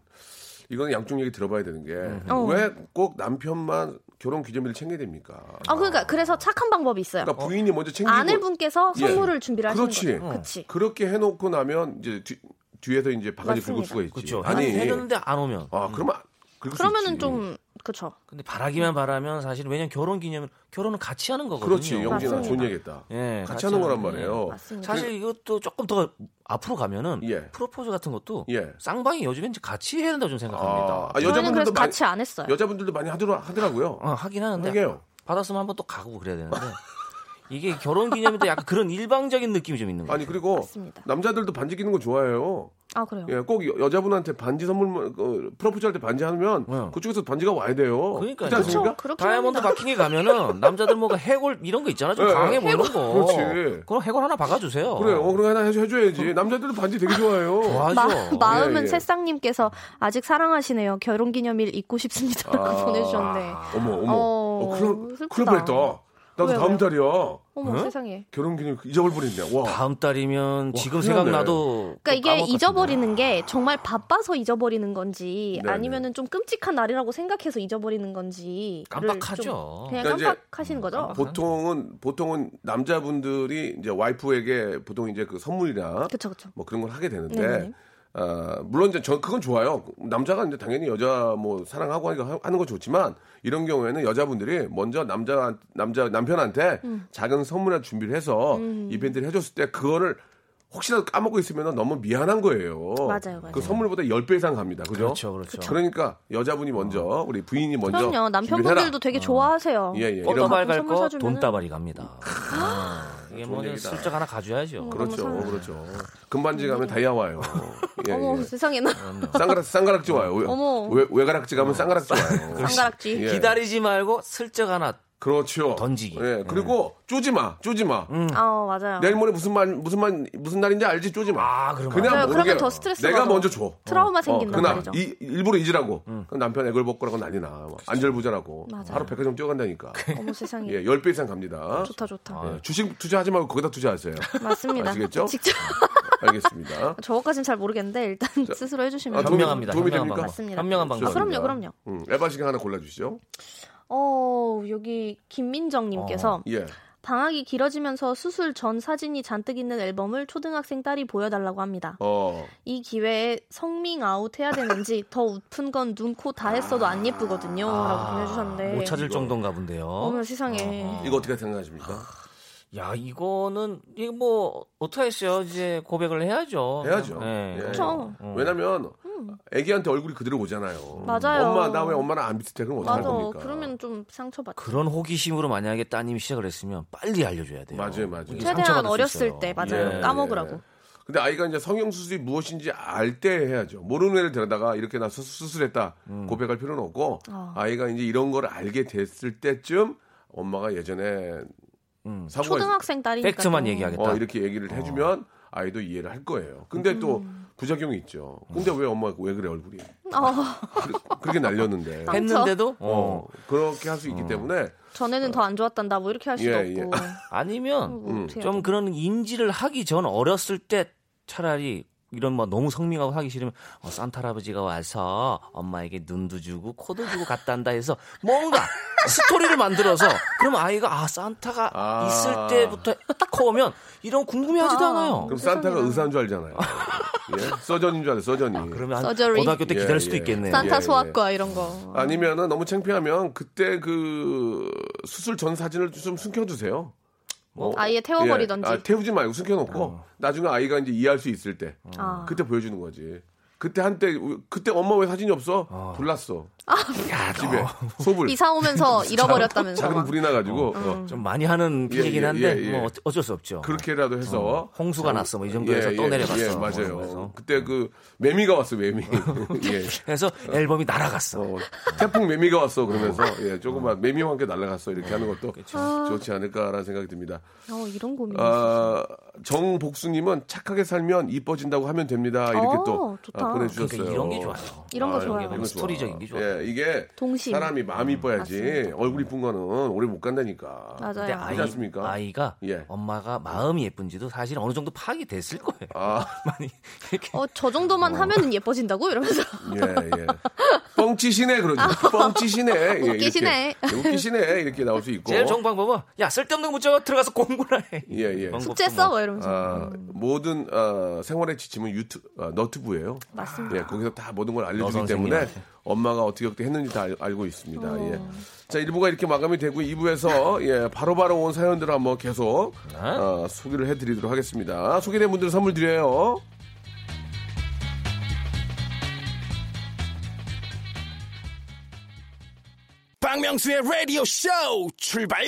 Speaker 3: 이거는 양쪽 얘기 들어봐야 되는
Speaker 6: 음.
Speaker 7: 어.
Speaker 3: 게 왜 꼭 남편만 결혼 기념일을 챙겨야 됩니까?
Speaker 7: 아 그러니까 그래서 착한 방법이 있어요
Speaker 3: 그러니까 부인이 먼저 챙기고
Speaker 7: 아내분께서
Speaker 3: 예.
Speaker 7: 선물을 준비를 하시는
Speaker 3: 그렇지. 어.
Speaker 7: 거죠 그치
Speaker 3: 그렇게 해놓고 나면 이제 뒤, 뒤에서 이제 바가지 긁을
Speaker 7: 맞습니다.
Speaker 3: 수가 있지.
Speaker 6: 그렇죠. 아니
Speaker 3: 아니,
Speaker 6: 해줬는데 안 오면.
Speaker 3: 아 그러면 긁을 수
Speaker 7: 그러면은
Speaker 3: 있지.
Speaker 7: 좀 그쵸
Speaker 6: 근데 바라기만 바라면 사실 왜냐면 결혼 기념일 결혼은 같이 하는 거거든요.
Speaker 3: 그렇지, 영진아
Speaker 7: 맞습니다.
Speaker 3: 좋은 얘기했다.
Speaker 6: 예,
Speaker 3: 같이 하는 거란
Speaker 6: 하는
Speaker 3: 말이에요.
Speaker 7: 네, 맞습니다
Speaker 6: 사실 이것도 조금 더 앞으로 가면은
Speaker 3: 그 예.
Speaker 6: 프로포즈 같은 것도
Speaker 3: 예.
Speaker 6: 쌍방이 요즘엔 이제 같이 해야 된다고 저는 생각합니다.
Speaker 3: 아, 아,
Speaker 7: 저는 그래서
Speaker 3: 여자분들도 많이
Speaker 7: 같이 안 했어요
Speaker 3: 여자분들도 많이 하더라 하더라고요.
Speaker 6: 어, 하긴 하는데
Speaker 3: 하게요.
Speaker 6: 받았으면 한번 또 가고 그래야 되는데 이게 결혼 기념일 때 약간 그런 일방적인 느낌이 좀 있는 거예요.
Speaker 3: 아니 그리고
Speaker 7: 맞습니다.
Speaker 3: 남자들도 반지 끼는 거 좋아해요.
Speaker 7: 아 그래요
Speaker 3: 예, 꼭 여, 자분한테 반지 선물 뭐, 그, 프로포즈 할 때 반지 하면
Speaker 6: 네.
Speaker 3: 그쪽에서 반지가 와야 돼요.
Speaker 6: 그러니까요.
Speaker 3: 어, 그렇지 않습니까?
Speaker 7: 그렇죠. 그렇긴
Speaker 6: 다이아몬드
Speaker 7: 합니다.
Speaker 6: 바킹에 가면은 남자들 뭐가 해골 이런 거 있잖아 좀
Speaker 3: 예,
Speaker 6: 강해
Speaker 3: 예.
Speaker 6: 보이는 거.
Speaker 3: 그렇지.
Speaker 6: 럼 해골 하나 박아주세요.
Speaker 3: 그래요. 어, 그럼 하나 해줘, 해줘야지. 남자들도 반지 되게 좋아해요.
Speaker 6: 좋아하죠.
Speaker 7: 마, 음은
Speaker 3: 예, 예.
Speaker 7: 새싹님께서 아직 사랑하시네요 결혼기념일 잊고 싶습니다라고
Speaker 3: 아.
Speaker 7: 보내주셨네
Speaker 3: 어머, 어머.
Speaker 7: 어,
Speaker 3: 어, 큰일,
Speaker 7: 슬프다.
Speaker 3: 큰일 뻔했다. 나도
Speaker 7: 왜요,
Speaker 3: 다음
Speaker 7: 왜요?
Speaker 3: 달이야.
Speaker 7: 어머 세상에
Speaker 3: 결혼 기념 잊어버리겠네. 와.
Speaker 6: 다음 달이면 지금
Speaker 3: 큰일 났네.
Speaker 6: 생각나도
Speaker 7: 그러니까 이게
Speaker 6: 까먹을 것
Speaker 7: 잊어버리는 게 정말 바빠서 잊어버리는 건지
Speaker 3: 네네.
Speaker 7: 아니면은 좀 끔찍한 날이라고 생각해서 잊어버리는 건지
Speaker 6: 깜빡하죠.
Speaker 7: 그냥
Speaker 3: 그러니까 이제
Speaker 7: 깜빡하시는 거죠.
Speaker 3: 보통은 보통은 남자분들이 이제 와이프에게 보통 이제 그 선물이나
Speaker 7: 그쵸그쵸
Speaker 3: 뭐 그런 걸 하게 되는데
Speaker 7: 네네.
Speaker 3: 아, 물론 이제 저 그건 좋아요. 남자가 이제 당연히 여자 뭐 사랑하고 하니까 하- 하는 건 좋지만 이런 경우에는 여자분들이 먼저 남자 남자 남편한테
Speaker 7: 음.
Speaker 3: 작은 선물이나 준비를 해서 이벤트를 해줬을 때 그거를 혹시라도 까먹고 있으면 너무 미안한 거예요.
Speaker 7: 맞아요, 맞아요.
Speaker 3: 그 선물보다 10배 이상 갑니다. 그죠?
Speaker 6: 그렇죠, 어. 그렇죠. 그쵸.
Speaker 3: 러니까 여자분이 먼저, 우리 부인이 먼저.
Speaker 7: 그럼요. 남편분들도 되게 좋아하세요.
Speaker 3: 준비를 해라. 예, 예. 이런
Speaker 6: 껌다발 갈
Speaker 7: 선물
Speaker 6: 거
Speaker 7: 사주면은-
Speaker 6: 돈다발이 갑니다. 아, 이게 뭐
Speaker 3: 좋은 얘기다.
Speaker 6: 슬쩍 하나 가져야죠.
Speaker 3: 그렇죠, 그렇죠. 금반지 가면 다이아 와요. 예,
Speaker 7: 음. 어머
Speaker 3: 예.
Speaker 7: 세상에나
Speaker 3: 쌍가락, 쌍가락지 와요. 외,
Speaker 7: 어머.
Speaker 3: 외, 외가락지 가면 쌍가락지 와요.
Speaker 7: 장가락지.
Speaker 3: 예.
Speaker 6: 기다리지 말고 슬쩍 하나.
Speaker 3: 그렇죠.
Speaker 6: 던지기. 음.
Speaker 3: 예, 그리고 쪼지 마, 쪼지 마.
Speaker 7: 아 맞아요.
Speaker 3: 내일 모레 무슨 말, 무슨 말, 무슨 날인지 알지 쪼지 마.
Speaker 6: 아, 그럼
Speaker 3: 그냥
Speaker 7: 맞아요.
Speaker 3: 모르게
Speaker 7: 그러면 더 스트레스
Speaker 3: 내가
Speaker 7: 받아.
Speaker 3: 먼저 줘.
Speaker 7: 트라우마
Speaker 3: 어,
Speaker 7: 생긴단
Speaker 3: 그날
Speaker 7: 말이죠.
Speaker 3: 이, 일부러 잊으라고.
Speaker 6: 음.
Speaker 3: 그럼 남편 애걸 벗고라고 난리나. 뭐 안절부절하고.
Speaker 7: 맞아요.
Speaker 3: 하루 백화점 뛰어간다니까.
Speaker 7: 어머 세상에.
Speaker 3: 예, 10배 이상 갑니다.
Speaker 7: 좋다 좋다.
Speaker 3: 예, 주식 투자하지 말고 거기다 투자하세요.
Speaker 7: 맞습니다.
Speaker 3: 아시겠죠?
Speaker 7: 직접
Speaker 3: 알겠습니다.
Speaker 7: 저거까진 잘 모르겠는데 일단 스스로 해주시면
Speaker 3: 아,
Speaker 7: 아,
Speaker 3: 도움이-
Speaker 6: 현명합니다.
Speaker 3: 도움이
Speaker 6: 현명한
Speaker 3: 됩니까?
Speaker 6: 방법.
Speaker 7: 맞습니다.
Speaker 6: 현명한
Speaker 3: 아,
Speaker 6: 방법.
Speaker 7: 그럼요 그럼요.
Speaker 3: 음, 에바 시간 하나 골라주시죠.
Speaker 7: 어 여기 김민정님께서
Speaker 3: 예.
Speaker 7: 방학이 길어지면서 수술 전 사진이 잔뜩 있는 앨범을 초등학생 딸이 보여달라고 합니다.
Speaker 3: 어.
Speaker 7: 이 기회에 성밍 아웃 해야 되는지 더 웃픈 건 눈, 코 다 했어도 안 예쁘거든요. 라고 보내주셨는데.
Speaker 6: 아, 못 찾을 정도인가 본데요.
Speaker 7: 어머 세상에.
Speaker 3: 이거 어떻게 생각하십니까?
Speaker 6: 야, 이거는 이거 뭐 어떻게 했어요? 이제 고백을 해야죠.
Speaker 3: 해야죠.
Speaker 6: 네.
Speaker 3: 예.
Speaker 7: 그쵸. 음.
Speaker 3: 왜냐면 애기한테 얼굴이 그대로 오잖아요.
Speaker 7: 맞아요.
Speaker 3: 엄마 나 왜 엄마랑 안 비슷해? 그럼 어떡할
Speaker 7: 맞아.
Speaker 3: 겁니까?
Speaker 7: 그러면 좀 상처받죠.
Speaker 6: 그런 호기심으로 만약에 따님이 시작을 했으면 빨리 알려줘야 돼요.
Speaker 3: 맞아요, 맞아요.
Speaker 6: 이게
Speaker 7: 최대한
Speaker 6: 상처받을 수
Speaker 7: 어렸을
Speaker 6: 있어요.
Speaker 7: 때 맞아요.
Speaker 3: 예,
Speaker 7: 까먹으라고.
Speaker 3: 예. 근데 아이가 이제 성형 수술이 무엇인지 알 때 해야죠. 모르는 애를 데려다가 이렇게 나 수- 수술했다
Speaker 6: 음.
Speaker 3: 고백할 필요는 없고
Speaker 7: 아.
Speaker 3: 아이가 이제 이런 걸 알게 됐을 때쯤 엄마가 예전에
Speaker 6: 음.
Speaker 3: 사고가 있-
Speaker 7: 초등학생 딸이니까.
Speaker 6: 팩트만
Speaker 7: 또.
Speaker 6: 얘기하겠다.
Speaker 3: 어, 이렇게 얘기를 해주면 아이도 이해를 할 거예요. 근데 또
Speaker 7: 음.
Speaker 3: 부작용이 있죠. 근데 왜 엄마가 왜 그래 얼굴이
Speaker 7: 어,
Speaker 3: 그- 그렇게 날렸는데
Speaker 7: 아.
Speaker 6: 했는데도 어.
Speaker 3: 어, 그렇게 할 수 있기 때문에
Speaker 7: 전에는 더 안 좋았단다 뭐 이렇게 할 수도
Speaker 3: 예,
Speaker 7: 없고
Speaker 6: 아니면
Speaker 7: 뭐 어떻게 해야
Speaker 6: 좀 그런 인지를 하기 전 어렸을 때 차라리 이런 뭐 너무 성밍하고 하기 싫으면 어, 산타 할아버지가 와서 엄마에게 눈도 주고 코도 주고 갔단다 해서 뭔가 스토리를 만들어서 그럼 아이가 아 산타가
Speaker 3: 아.
Speaker 6: 있을 때부터 딱 커오면 이런 궁금해하지도
Speaker 7: 아.
Speaker 6: 않아요.
Speaker 3: 그럼 산타가 의사인 줄 알잖아요. 예? 서전인 줄 알아요. 서전이.
Speaker 6: 그러면 한
Speaker 7: 서저리.
Speaker 6: 고등학교 때 기다릴
Speaker 3: 예,
Speaker 6: 수도
Speaker 3: 예.
Speaker 6: 있겠네요.
Speaker 7: 산타
Speaker 3: 예, 예.
Speaker 7: 소아과 이런 거
Speaker 3: 아니면은 너무 창피하면 그때 그 수술 전 사진을 좀 숨겨주세요. 뭐,
Speaker 7: 아예 태워버리던지
Speaker 3: 예. 아, 태우지 말고 숨겨놓고 나중에 아이가 이제 이해할 수 있을 때 그때 보여주는 거지. 그때 한때 그때 엄마 왜 사진이 없어? 불났어. 야, 집에
Speaker 6: 어.
Speaker 3: 소불.
Speaker 7: 이사 오면서 잃어버렸다면서
Speaker 3: 작은
Speaker 7: 막.
Speaker 3: 불이 나가지고 어,
Speaker 6: 좀 많이 하는
Speaker 3: 예,
Speaker 6: 얘기긴
Speaker 3: 예,
Speaker 6: 한데
Speaker 3: 예, 예.
Speaker 6: 뭐 어쩌- 어쩔 수 없죠.
Speaker 3: 그렇게라도 해서
Speaker 6: 홍수가 났어 뭐 이 정도에서
Speaker 3: 예,
Speaker 6: 또
Speaker 3: 예,
Speaker 6: 내려갔어.
Speaker 3: 예,
Speaker 6: 뭐
Speaker 3: 맞아요.
Speaker 6: 그래서.
Speaker 3: 그때 그 매미가 왔어 매미. 예.
Speaker 6: 그래서 앨범이 날아갔어.
Speaker 3: 어, 태풍 매미가 왔어 그러면서 예, 조금만 매미와 함께 날아갔어 이렇게 하는 것도
Speaker 6: 그렇죠.
Speaker 3: 좋지 않을까라는 생각이 듭니다.
Speaker 7: 어, 이런 고민이
Speaker 3: 아, 정복수님은 착하게 살면 이뻐진다고 하면 됩니다. 이렇게
Speaker 7: 어,
Speaker 3: 또
Speaker 7: 좋다.
Speaker 3: 아, 보내주셨어요.
Speaker 6: 그러니까 이런 게 좋아요.
Speaker 7: 이런 거 좋아요.
Speaker 6: 이런 게 스토리적인 게 좋아요.
Speaker 3: 예, 이게
Speaker 7: 동심.
Speaker 3: 사람이 마음이 이뻐야지 얼굴 이쁜 거는 오래 못 간다니까.
Speaker 7: 맞아요.
Speaker 6: 근데
Speaker 3: 그렇지 않습니까?
Speaker 6: 아이, 가
Speaker 3: 예.
Speaker 6: 엄마가 마음이 예쁜지도 사실 어느 정도 파악이 됐을 거예요.
Speaker 3: 아,
Speaker 6: 많이 이렇게
Speaker 7: 어, 저 정도만 하면 예뻐진다고 이러면서
Speaker 3: 예, 예. 뻥치시네 그러죠. 뻥치시네. 예, 이렇게.
Speaker 7: 웃기시네.
Speaker 3: 예, 웃기시네 이렇게 나올 수 있고.
Speaker 6: 제일 좋은 방법은 야 쓸데없는 거 문자 들어가서 공부를 해.
Speaker 3: 예, 예.
Speaker 6: 이런 것도
Speaker 7: 숙제
Speaker 6: 뭐.
Speaker 7: 써뭐 이러면서
Speaker 3: 아,
Speaker 7: 음.
Speaker 3: 모든 어, 생활의 지침은 유튜 아, 너튜브예요.
Speaker 7: 맞습니다.
Speaker 3: 예, 거기서 다 모든 걸 알려주기
Speaker 6: 너
Speaker 3: 때문에
Speaker 6: 선생님한테.
Speaker 3: 엄마가 어떻게 어떻게 했는지 다 알, 고 있습니다.
Speaker 7: 어.
Speaker 3: 예. 자, 1부가 이렇게 마감이 되고 2부에서 예, 바로바로 온 사연들을 한번 계속
Speaker 6: 네.
Speaker 3: 어, 소개를 해드리도록 하겠습니다. 소개된 분들 선물 드려요.
Speaker 2: 박명수의 라디오 쇼 출발!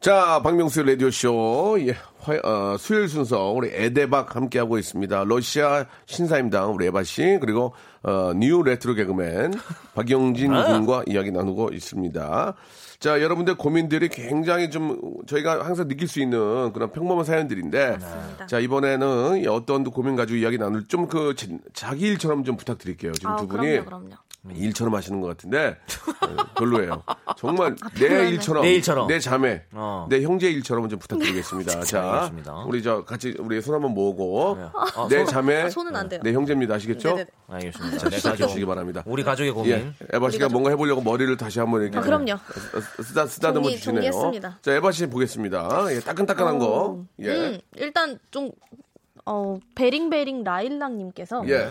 Speaker 3: 자, 박명수의 라디오쇼. 예, 화, 어, 수요일 순서, 우리 에데박 함께하고 있습니다. 러시아 신사임당, 우리 에바씨, 그리고, 어, 뉴 레트로 개그맨, 박영진
Speaker 7: 아.
Speaker 3: 군과 이야기 나누고 있습니다. 자, 여러분들 고민들이 굉장히 좀, 저희가 항상 느낄 수 있는 그런 평범한 사연들인데, 자, 이번에는 어떤 고민 가지고 이야기 나눌, 좀 그, 진- 자기 일처럼 좀 부탁드릴게요. 지금
Speaker 7: 아,
Speaker 3: 두 분이.
Speaker 7: 그럼요 그럼요
Speaker 3: 음, 일처럼 하시는 것 같은데 어, 별로예요. 정말 내 일처럼,
Speaker 6: 내 일처럼.
Speaker 3: 내 자매,
Speaker 6: 어.
Speaker 3: 내 형제 일처럼 좀 부탁드리겠습니다. 자,
Speaker 6: 알겠습니다.
Speaker 3: 우리 저 같이 우리 손 한번 모으고
Speaker 6: 네. 아,
Speaker 3: 내
Speaker 6: 손-
Speaker 3: 자매,
Speaker 7: 아, 손은 안 돼요.
Speaker 3: 내 형제입니다. 아시겠죠?
Speaker 7: 네네네.
Speaker 6: 알겠습니다. 내
Speaker 3: 시작해 주시기
Speaker 6: 가족
Speaker 3: 바랍니다.
Speaker 6: 우리 가족의 고민.
Speaker 3: 예, 에바 씨가 뭔가 해보려고 머리를 다시 한번 이렇게
Speaker 7: 아, 그럼요.
Speaker 3: 쓰다 쓰다듬어
Speaker 7: 정리-
Speaker 3: 주시네요.
Speaker 7: 정리했습니다.
Speaker 3: 자, 에바 씨 보겠습니다. 예, 따끈따끈한 거. 예,
Speaker 7: 음, 일단 좀 어, 베링베링 라일락님께서
Speaker 3: 예.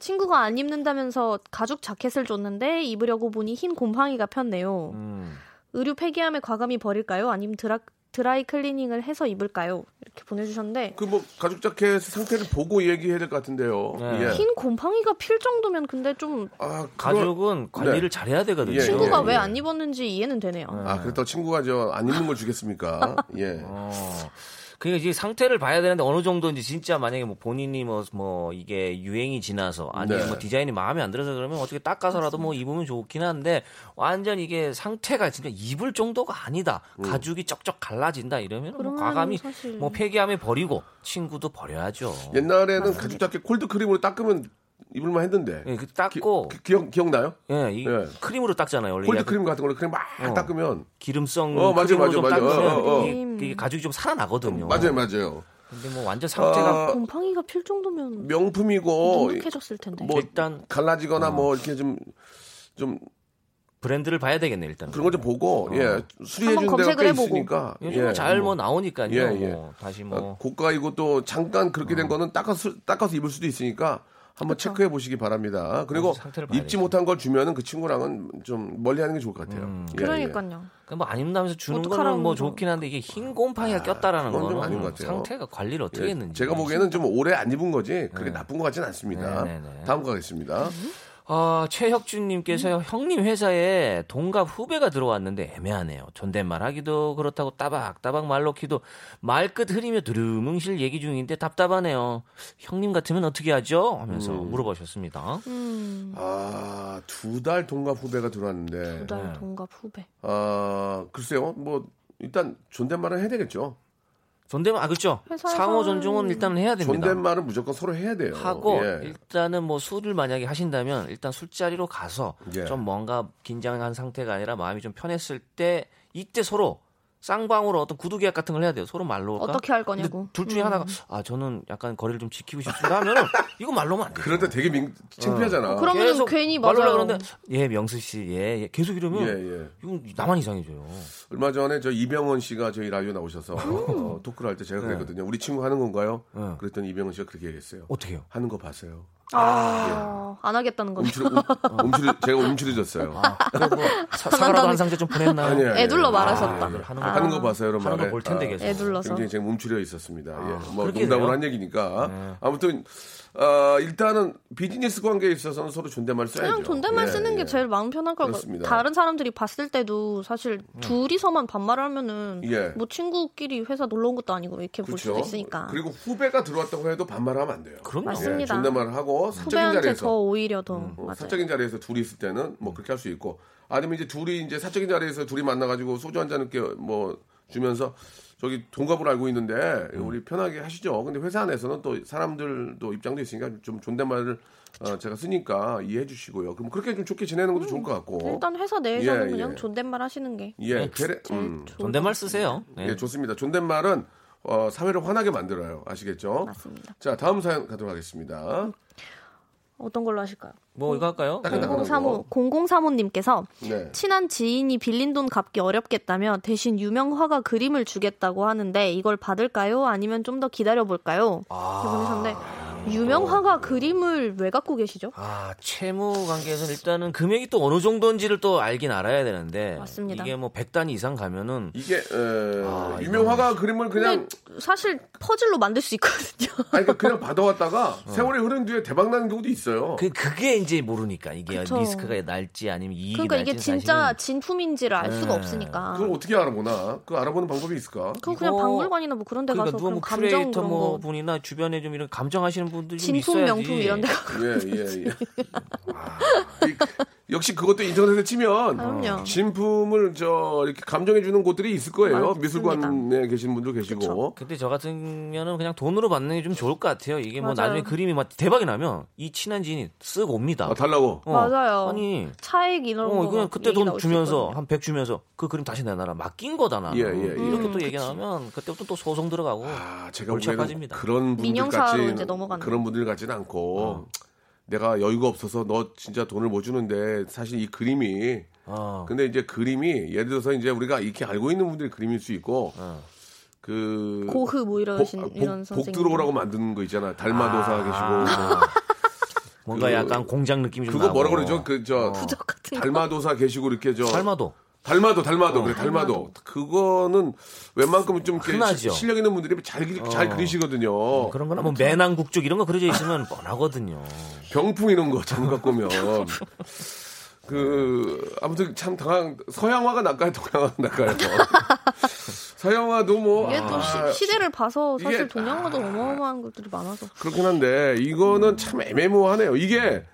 Speaker 7: 친구가 안 입는다면서 가죽 자켓을 줬는데 입으려고 보니 흰 곰팡이가 폈네요.
Speaker 3: 음.
Speaker 7: 의류 폐기함에 과감히 버릴까요? 아니면 드라, 드라이 클리닝을 해서 입을까요? 이렇게 보내주셨는데
Speaker 3: 그 뭐 가죽 자켓 상태를 보고 얘기해야 될 것 같은데요.
Speaker 6: 네.
Speaker 3: 예.
Speaker 7: 흰 곰팡이가 필 정도면 근데 좀
Speaker 3: 아, 그거-
Speaker 6: 가족은 관리를 잘해야 되거든요.
Speaker 3: 예,
Speaker 7: 친구가
Speaker 3: 예,
Speaker 7: 왜 안 입었는지 이해는 되네요.
Speaker 3: 아, 그렇다고 친구가 저 안 입는 걸 주겠습니까? 예.
Speaker 6: 어. 그러니까 이제 상태를 봐야 되는데 어느 정도인지 진짜 만약에 뭐 본인이 뭐, 뭐 이게 유행이 지나서 아니면
Speaker 3: 네.
Speaker 6: 뭐 디자인이 마음에 안 들어서 그러면 어떻게 닦아서라도 뭐 입으면 좋긴 한데 완전 이게 상태가 진짜 입을 정도가 아니다.
Speaker 3: 음.
Speaker 6: 가죽이 쩍쩍 갈라진다 이러면 뭐
Speaker 7: 그러면은
Speaker 6: 과감히
Speaker 7: 사실-
Speaker 6: 뭐 폐기함에 버리고 친구도 버려야죠.
Speaker 3: 예, 옛날에는 가죽 자켓 콜드 크림으로 닦으면 입을만 했는데.
Speaker 6: 예, 그 닦고 그
Speaker 3: 기, 기억 기억나요?
Speaker 6: 예, 이
Speaker 3: 예.
Speaker 6: 크림으로 닦잖아요. 원래
Speaker 3: 콜드
Speaker 6: 약간
Speaker 3: 크림 같은 걸로 크림 막 닦으면
Speaker 6: 기름성
Speaker 3: 어, 맞아요,
Speaker 6: 크림으로
Speaker 3: 맞아요,
Speaker 6: 좀
Speaker 3: 맞아요.
Speaker 6: 닦으면
Speaker 3: 어, 어, 어.
Speaker 6: 이게, 그게 가죽이 좀 살아나거든요.
Speaker 3: 맞아요, 맞아요.
Speaker 6: 근데 뭐 완전 상태가
Speaker 3: 아,
Speaker 7: 곰팡이가 필 정도면
Speaker 3: 명품이고
Speaker 7: 눅눅해졌을 텐데.
Speaker 3: 뭐
Speaker 6: 일단-
Speaker 3: 갈라지거나 뭐 이렇게 좀 좀
Speaker 6: 브랜드를 봐야 되겠네 일단.
Speaker 3: 그런 걸 좀 보고 예 수리해
Speaker 7: 한번
Speaker 3: 주는 데가 꽤
Speaker 7: 검색을 해보고.
Speaker 3: 있으니까
Speaker 6: 요즘은
Speaker 3: 예.
Speaker 6: 잘 뭐 나오니까요.
Speaker 3: 예, 예.
Speaker 6: 뭐 다시
Speaker 3: 아,
Speaker 6: 뭐
Speaker 3: 고가이고 또 잠깐 그렇게 된 거는 닦아서, 닦아서 입을 수도 있으니까 한번 체크해 보시기 바랍니다. 그리고
Speaker 6: 그래서 상태를 봐야
Speaker 3: 입지 못한 걸 주면은 그 친구랑은 좀 멀리 하는 게 좋을 것 같아요. 예,
Speaker 7: 그러니까요.
Speaker 6: 뭐 안 입나면서 주는 거는
Speaker 7: 어떡하라는
Speaker 6: 뭐
Speaker 7: 거.
Speaker 6: 좋긴 한데 이게 흰 곰팡이가 꼈다라는
Speaker 3: 그건 좀 아닌
Speaker 6: 거는
Speaker 3: 것 같아요.
Speaker 6: 상태가
Speaker 3: 예.
Speaker 6: 관리를 어떻게
Speaker 3: 예,
Speaker 6: 했는지.
Speaker 3: 제가 보기에는 좀 오래 안 입은 거지 그게 나쁜 것 같지는 않습니다.
Speaker 6: 네, 네, 네.
Speaker 3: 다음 거 가겠습니다.
Speaker 6: 아, 최혁준님께서요, 형님 회사에 동갑 후배가 들어왔는데 애매하네요. 존댓말 하기도 그렇다고 따박따박 말 놓기도 말끝 흐리며 두루뭉실 얘기 중인데 답답하네요. 형님 같으면 어떻게 하죠? 하면서
Speaker 3: 음.
Speaker 6: 물어보셨습니다.
Speaker 7: 음,
Speaker 3: 아, 두 달 동갑 후배가 들어왔는데
Speaker 7: 두달
Speaker 3: 예.
Speaker 7: 동갑 후배.
Speaker 3: 아, 글쎄요. 뭐 일단 존댓말은 해야 되겠죠.
Speaker 6: 존댓말 아 그렇죠.
Speaker 7: 회사에서는-
Speaker 6: 상호 존중은 일단 해야 됩니다.
Speaker 3: 존댓말은 무조건 서로 해야 돼요.
Speaker 6: 하고
Speaker 3: 예.
Speaker 6: 일단은 뭐 술을 만약에 하신다면 일단 술자리로 가서
Speaker 3: 예.
Speaker 6: 좀 뭔가 긴장한 상태가 아니라 마음이 좀 편했을 때 이때 서로 쌍방으로 어떤 구두 계약 같은 걸 해야 돼요. 서로 말로 할까?
Speaker 7: 어떻게 할
Speaker 6: 근데
Speaker 7: 거냐고. 음.
Speaker 6: 둘 중에 하나가 아 저는 약간 거리를 좀 지키고 싶습니다 하면은 이거 말로만 안 돼.
Speaker 3: 그런데 되게 민, 창피하잖아.
Speaker 6: 어,
Speaker 7: 그럼- 그러면은 괜히
Speaker 6: 말로라
Speaker 7: 맞아요.
Speaker 6: 그러는데 예 명수 씨예 예. 계속 이러면
Speaker 3: 예, 예.
Speaker 6: 이건 나만 이상해져요.
Speaker 3: 얼마 전에 저 이병헌 씨가 저희 라디오 나오셔서 어, 토크를 할 때 제가 그랬거든요. 우리 친구 하는 건가요?
Speaker 6: 음. 네.
Speaker 3: 그랬더니 이병헌 씨가 그렇게 얘기했어요.
Speaker 6: 어떻게요?
Speaker 3: 하는 거 봤어요.
Speaker 7: 아, 안 하겠다는 거네.
Speaker 3: 움츠러, 움, 움츠러, 제가 움츠러졌어요.
Speaker 6: 어. 아, 그래도 뭐 사- 사과라도 한 상자 좀 보냈나요?
Speaker 3: 아니에요. 아. 예,
Speaker 7: 애둘러
Speaker 3: 예.
Speaker 7: 말하셨다. 아.
Speaker 3: 예, 예.
Speaker 6: 하는 거-
Speaker 3: 하는 거 봤어요, 여러분.
Speaker 6: 하는 걸볼 텐데
Speaker 7: 예,
Speaker 6: 계속. 아,
Speaker 7: 애둘러서.
Speaker 3: 굉장히 제가 움츠려 있었습니다. 예. 뭐
Speaker 6: 그렇게
Speaker 3: 농담으로
Speaker 6: 돼요? 네.
Speaker 3: 한 얘기니까. 아무튼 어, 일단은 비즈니스 관계에 있어서는 서로 존댓말 써야죠.
Speaker 7: 그냥 존댓말
Speaker 3: 예,
Speaker 7: 쓰는
Speaker 3: 예.
Speaker 7: 게 제일 마음 편할 걸.
Speaker 3: 그렇습니다. 음.
Speaker 7: 다른 사람들이 봤을 때도 사실 둘이서만 반말하면은
Speaker 3: 예.
Speaker 7: 뭐 친구끼리 회사 놀러 온 것도 아니고 이렇게 볼
Speaker 3: 그렇죠.
Speaker 7: 수도 있으니까.
Speaker 3: 그리고 후배가 들어왔다고 해도 반말하면 안 돼요.
Speaker 6: 그럼요.
Speaker 3: 예,
Speaker 7: 맞습니다.
Speaker 3: 존댓말을 하고 사적인
Speaker 7: 후배한테
Speaker 3: 자리에서
Speaker 7: 더 오히려 더
Speaker 3: 어,
Speaker 7: 맞아요.
Speaker 3: 사적인 자리에서 둘이 있을 때는 뭐 그렇게 할 수 있고 아니면 이제 둘이 이제 사적인 자리에서 둘이 만나가지고 소주 한 잔 이렇게 뭐 주면서 저기 동갑으로 알고 있는데
Speaker 7: 음.
Speaker 3: 우리 편하게 하시죠. 근데 회사 안에서는 또 사람들도 입장도 있으니까 좀 존댓말을 어, 제가 쓰니까 이해해 주시고요. 그럼 그렇게 좀 좋게 지내는 것도 좋을 것 같고.
Speaker 7: 음, 일단 회사 내에서는
Speaker 3: 어. 예,
Speaker 7: 그냥
Speaker 3: 예.
Speaker 7: 존댓말 하시는 게 네.
Speaker 3: 예, 괴레-
Speaker 7: 제일
Speaker 3: 음.
Speaker 7: 좋은
Speaker 6: 존댓말 쓰세요. 예.
Speaker 3: 예, 좋습니다. 존댓말은 어, 사회를 환하게 만들어요. 아시겠죠?
Speaker 7: 맞습니다.
Speaker 3: 자, 다음 사연 가도록 하겠습니다.
Speaker 7: 어떤 걸로 하실까요?
Speaker 6: 뭐 이거 할까요?
Speaker 3: 따끈따끈한 거.
Speaker 7: 0035 0035님께서
Speaker 3: 네.
Speaker 7: 친한 지인이 빌린 돈 갚기 어렵겠다며 대신 유명 화가 그림을 주겠다고 하는데 이걸 받을까요? 아니면 좀 더 기다려 볼까요?
Speaker 6: 아.
Speaker 7: 보내셨는데 유명
Speaker 6: 어.
Speaker 7: 화가 그림을 왜 갖고 계시죠?
Speaker 6: 아 채무 관계에서는 일단은 금액이 또 어느 정도인지를 또 알긴 알아야 되는데
Speaker 7: 맞습니다.
Speaker 6: 이게 뭐 100단위 이상 가면은
Speaker 3: 이게 에,
Speaker 7: 아,
Speaker 3: 유명화가 그림을 그냥
Speaker 7: 사실 퍼즐로 만들 수 있거든요.
Speaker 3: 아니, 그러니까 그냥 받아왔다가 세월이 흐른 뒤에 대박 나는 경우도 있어요.
Speaker 6: 그, 그게 이제 모르니까 이게
Speaker 7: 그쵸.
Speaker 6: 리스크가 날지 아니면 이익이
Speaker 7: 그러니까 이게
Speaker 6: 날지는
Speaker 7: 진짜
Speaker 6: 사실은
Speaker 7: 진품인지를 알 수가
Speaker 6: 네.
Speaker 7: 없으니까.
Speaker 3: 그걸 어떻게 알아보나? 그 알아보는 방법이 있을까?
Speaker 7: 그건 그냥
Speaker 6: 이거-
Speaker 7: 박물관이나 뭐 그런 데
Speaker 6: 그러니까
Speaker 7: 가서
Speaker 6: 누가
Speaker 7: 그런
Speaker 6: 뭐
Speaker 7: 감정
Speaker 6: 큐레이터
Speaker 7: 그런
Speaker 6: 뭐
Speaker 7: 거
Speaker 6: 분이나 주변에 좀 이런 감정하시는 분들이 좀
Speaker 7: 진품
Speaker 6: 있어야지.
Speaker 7: 명품 이런 데 가서
Speaker 3: 예, 예, 예. 아, 이- 역시 그것도 인터넷에 치면
Speaker 7: 아, 그럼요.
Speaker 3: 진품을 저 이렇게 감정해 주는 곳들이 있을 거예요.
Speaker 7: 많습니다.
Speaker 3: 미술관에 계신 분도 계시고.
Speaker 6: 근데 저 같으면은 그냥 돈으로 받는 게 좀 좋을 것 같아요. 이게 뭐
Speaker 7: 맞아요.
Speaker 6: 나중에 그림이 막 대박이 나면 이 친한 지인이 쓱 옵니다.
Speaker 3: 아, 달라고.
Speaker 6: 어.
Speaker 7: 맞아요.
Speaker 6: 아니
Speaker 7: 차액 이런
Speaker 6: 어,
Speaker 7: 거
Speaker 6: 그냥 그때
Speaker 7: 얘기
Speaker 6: 돈
Speaker 7: 나올 수
Speaker 6: 주면서
Speaker 7: 있거든요.
Speaker 6: 한 100 주면서 그 그림 다시 내놔라. 맡긴 거다 나.
Speaker 3: 예, 예, 예.
Speaker 6: 이렇게 또 얘기 나오면 그때부터 또 소송 들어가고.
Speaker 3: 아, 제가
Speaker 6: 골치
Speaker 3: 보기에는
Speaker 6: 아파집니다.
Speaker 3: 그런 분들
Speaker 7: 민영사로
Speaker 3: 같진
Speaker 7: 이제 넘어가는
Speaker 3: 그런 분들 같진 않고 내가 여유가 없어서 너 진짜 돈을 못 주는데 사실 이 그림이
Speaker 6: 어.
Speaker 3: 근데 이제 그림이 예를 들어서 이제 우리가 이렇게 알고 있는 분들의 그림일 수 있고 그
Speaker 7: 고흐 뭐 이런
Speaker 3: 복,
Speaker 7: 신-
Speaker 3: 아,
Speaker 7: 이런
Speaker 3: 복, 복
Speaker 7: 선생님.
Speaker 3: 들어오라고 만드는 거 있잖아 달마도사 계시고 뭐.
Speaker 6: 아, 뭔가
Speaker 3: 그-
Speaker 6: 약간 공장 느낌이 좀
Speaker 3: 그거
Speaker 6: 나고.
Speaker 3: 뭐라 그러죠 그 저
Speaker 7: 부적 같은 거.
Speaker 3: 달마도사 어. 계시고 이렇게 저
Speaker 6: 삶아도
Speaker 3: 달마도 달마도 그래 달마도 그거는 웬만큼 좀 이렇게
Speaker 6: 흔하죠.
Speaker 3: 실력 있는 분들이 잘, 그리- 잘 어. 음, 그리시거든요
Speaker 6: 그런 거나 뭐 매난국죽 이런 거 그려져 있으면 뻔하거든요.
Speaker 3: 병풍 이런 거 잘못 갖고 오면 그 아무튼 참 당황 서양화가 낫까요 동양화가 낫까요 서양화도 뭐
Speaker 7: 이게 또
Speaker 3: 아,
Speaker 7: 시, 대를 봐서 사실
Speaker 3: 이게- 아.
Speaker 7: 동양과도 어마어마한 것들이 많아서
Speaker 3: 그렇긴 한데 이거는 참 애매모호하네요 이게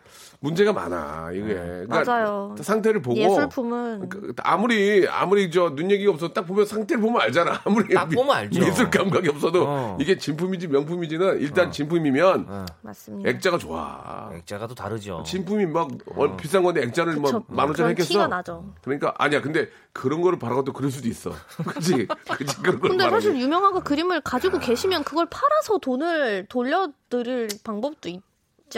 Speaker 3: 문제가 많아 이게 그러니까
Speaker 7: 음. 맞아요.
Speaker 3: 상태를 보고
Speaker 7: 예술품은
Speaker 3: 그, 아무리 아무리 저 눈 얘기가 없어 딱 보면 상태를 보면 알잖아 아무리
Speaker 6: 딱 보면 알죠.
Speaker 3: 미술 감각이 없어도
Speaker 6: 어.
Speaker 3: 이게 진품인지 명품인지는 일단 진품이면
Speaker 7: 맞습니다.
Speaker 3: 액자가 좋아
Speaker 6: 액자가 또 다르죠.
Speaker 3: 진품이 막
Speaker 6: 어.
Speaker 3: 얼- 비싼 건데 액자를 뭐
Speaker 7: 그쵸.
Speaker 3: 막만 원짜리
Speaker 7: 그런
Speaker 3: 했겠어.
Speaker 7: 티가 나죠.
Speaker 3: 그러니까 아니야. 근데 그런 거를 바라고 또 그럴 수도 있어. 그치? 그치? 그런 걸
Speaker 7: 근데
Speaker 3: 바라고.
Speaker 7: 사실 유명화가 그림을 가지고 계시면 그걸 팔아서 돈을 돌려드릴 방법도 있지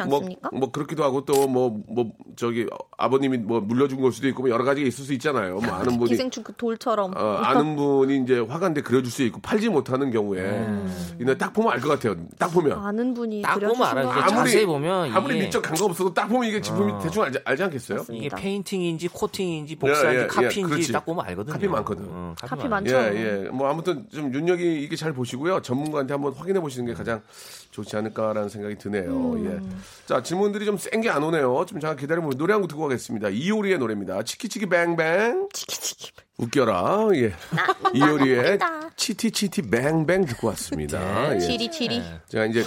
Speaker 3: 뭐,
Speaker 7: 않습니까?
Speaker 3: 뭐 그렇기도 하고 또 뭐 뭐 저기 아버님이 뭐 물려준 걸 수도 있고 뭐 여러 가지가 있을 수 있잖아요. 뭐 아는 분이
Speaker 7: 기생충 그 돌처럼
Speaker 3: 어, 아는 분이 이제 화가인데 그려줄 수 있고 팔지 못하는 경우에
Speaker 6: 음.
Speaker 3: 이날 딱 보면 알 것 같아요. 딱 보면
Speaker 7: 아는 분이
Speaker 6: 딱 보면
Speaker 7: 그려주신
Speaker 6: 알아요.
Speaker 7: 거
Speaker 6: 이게
Speaker 7: 아니에요?
Speaker 6: 자세히 보면
Speaker 3: 아무리
Speaker 6: 이게-
Speaker 3: 미적 감각 없어도 딱 보면 이게 진품이 대충 알지, 알지 않겠어요?
Speaker 6: 이게
Speaker 7: 맞습니다.
Speaker 6: 페인팅인지 코팅인지 복사인지
Speaker 3: 예, 예, 예,
Speaker 6: 카피인지
Speaker 3: 그렇지.
Speaker 6: 딱 보면 알거든요.
Speaker 3: 카피 많거든.
Speaker 6: 음,
Speaker 7: 카피
Speaker 6: 많아요.
Speaker 7: 많죠.
Speaker 3: 예, 예. 뭐 아무튼 좀 윤여기 있게 잘 보시고요. 전문가한테 한번 확인해 보시는 게 가장 좋지 않을까라는 생각이 드네요.
Speaker 7: 음.
Speaker 3: 예. 자, 질문들이 좀 센 게 안 오네요. 좀 잠깐 기다리면 노래 한 곡 듣고 가겠습니다. 이효리의 노래입니다. 치키치키 뱅뱅.
Speaker 7: 치키치키.
Speaker 3: 웃겨라. 예. 이효리의 치티치티 뱅뱅 듣고 왔습니다. 예.
Speaker 7: 지리 지리.
Speaker 3: 제가 이제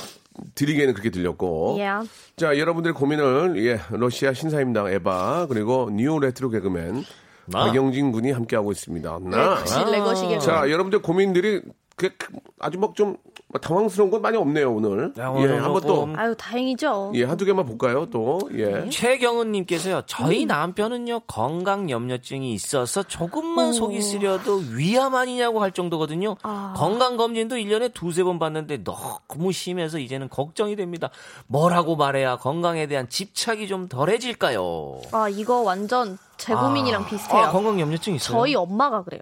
Speaker 3: 드리기에는 그렇게 들렸고.
Speaker 7: 예.
Speaker 3: 자, 여러분들의 고민을 예, 러시아 신사임당 에바 그리고 뉴 레트로 개그맨
Speaker 6: 나.
Speaker 3: 박영진 군이 함께하고 있습니다. 나.
Speaker 7: 네, 그시 레거시계.
Speaker 3: 자, 여러분들 고민들이 그게 크- 아주 막 좀 당황스러운 건 많이 없네요 오늘.
Speaker 6: 야,
Speaker 3: 예,
Speaker 6: 오늘
Speaker 3: 한번 또
Speaker 6: 조금-
Speaker 7: 아유 다행이죠.
Speaker 3: 예, 한두 개만 볼까요? 또
Speaker 7: 네?
Speaker 6: 네.
Speaker 3: 예.
Speaker 6: 최경은님께서요, 저희
Speaker 7: 음.
Speaker 6: 남편은요, 건강 염려증이 있어서 조금만 속이 쓰려도 위암 아니냐고 할 정도거든요. 건강검진도 1년에 두세 번 봤는데 너무 심해서 이제는 걱정이 됩니다. 뭐라고 말해야 건강에 대한 집착이 좀 덜해질까요?
Speaker 7: 아 이거 완전 제 고민이랑
Speaker 6: 아,
Speaker 7: 비슷해요.
Speaker 6: 아, 건강 염려증 있어요.
Speaker 7: 저희 엄마가 그래요.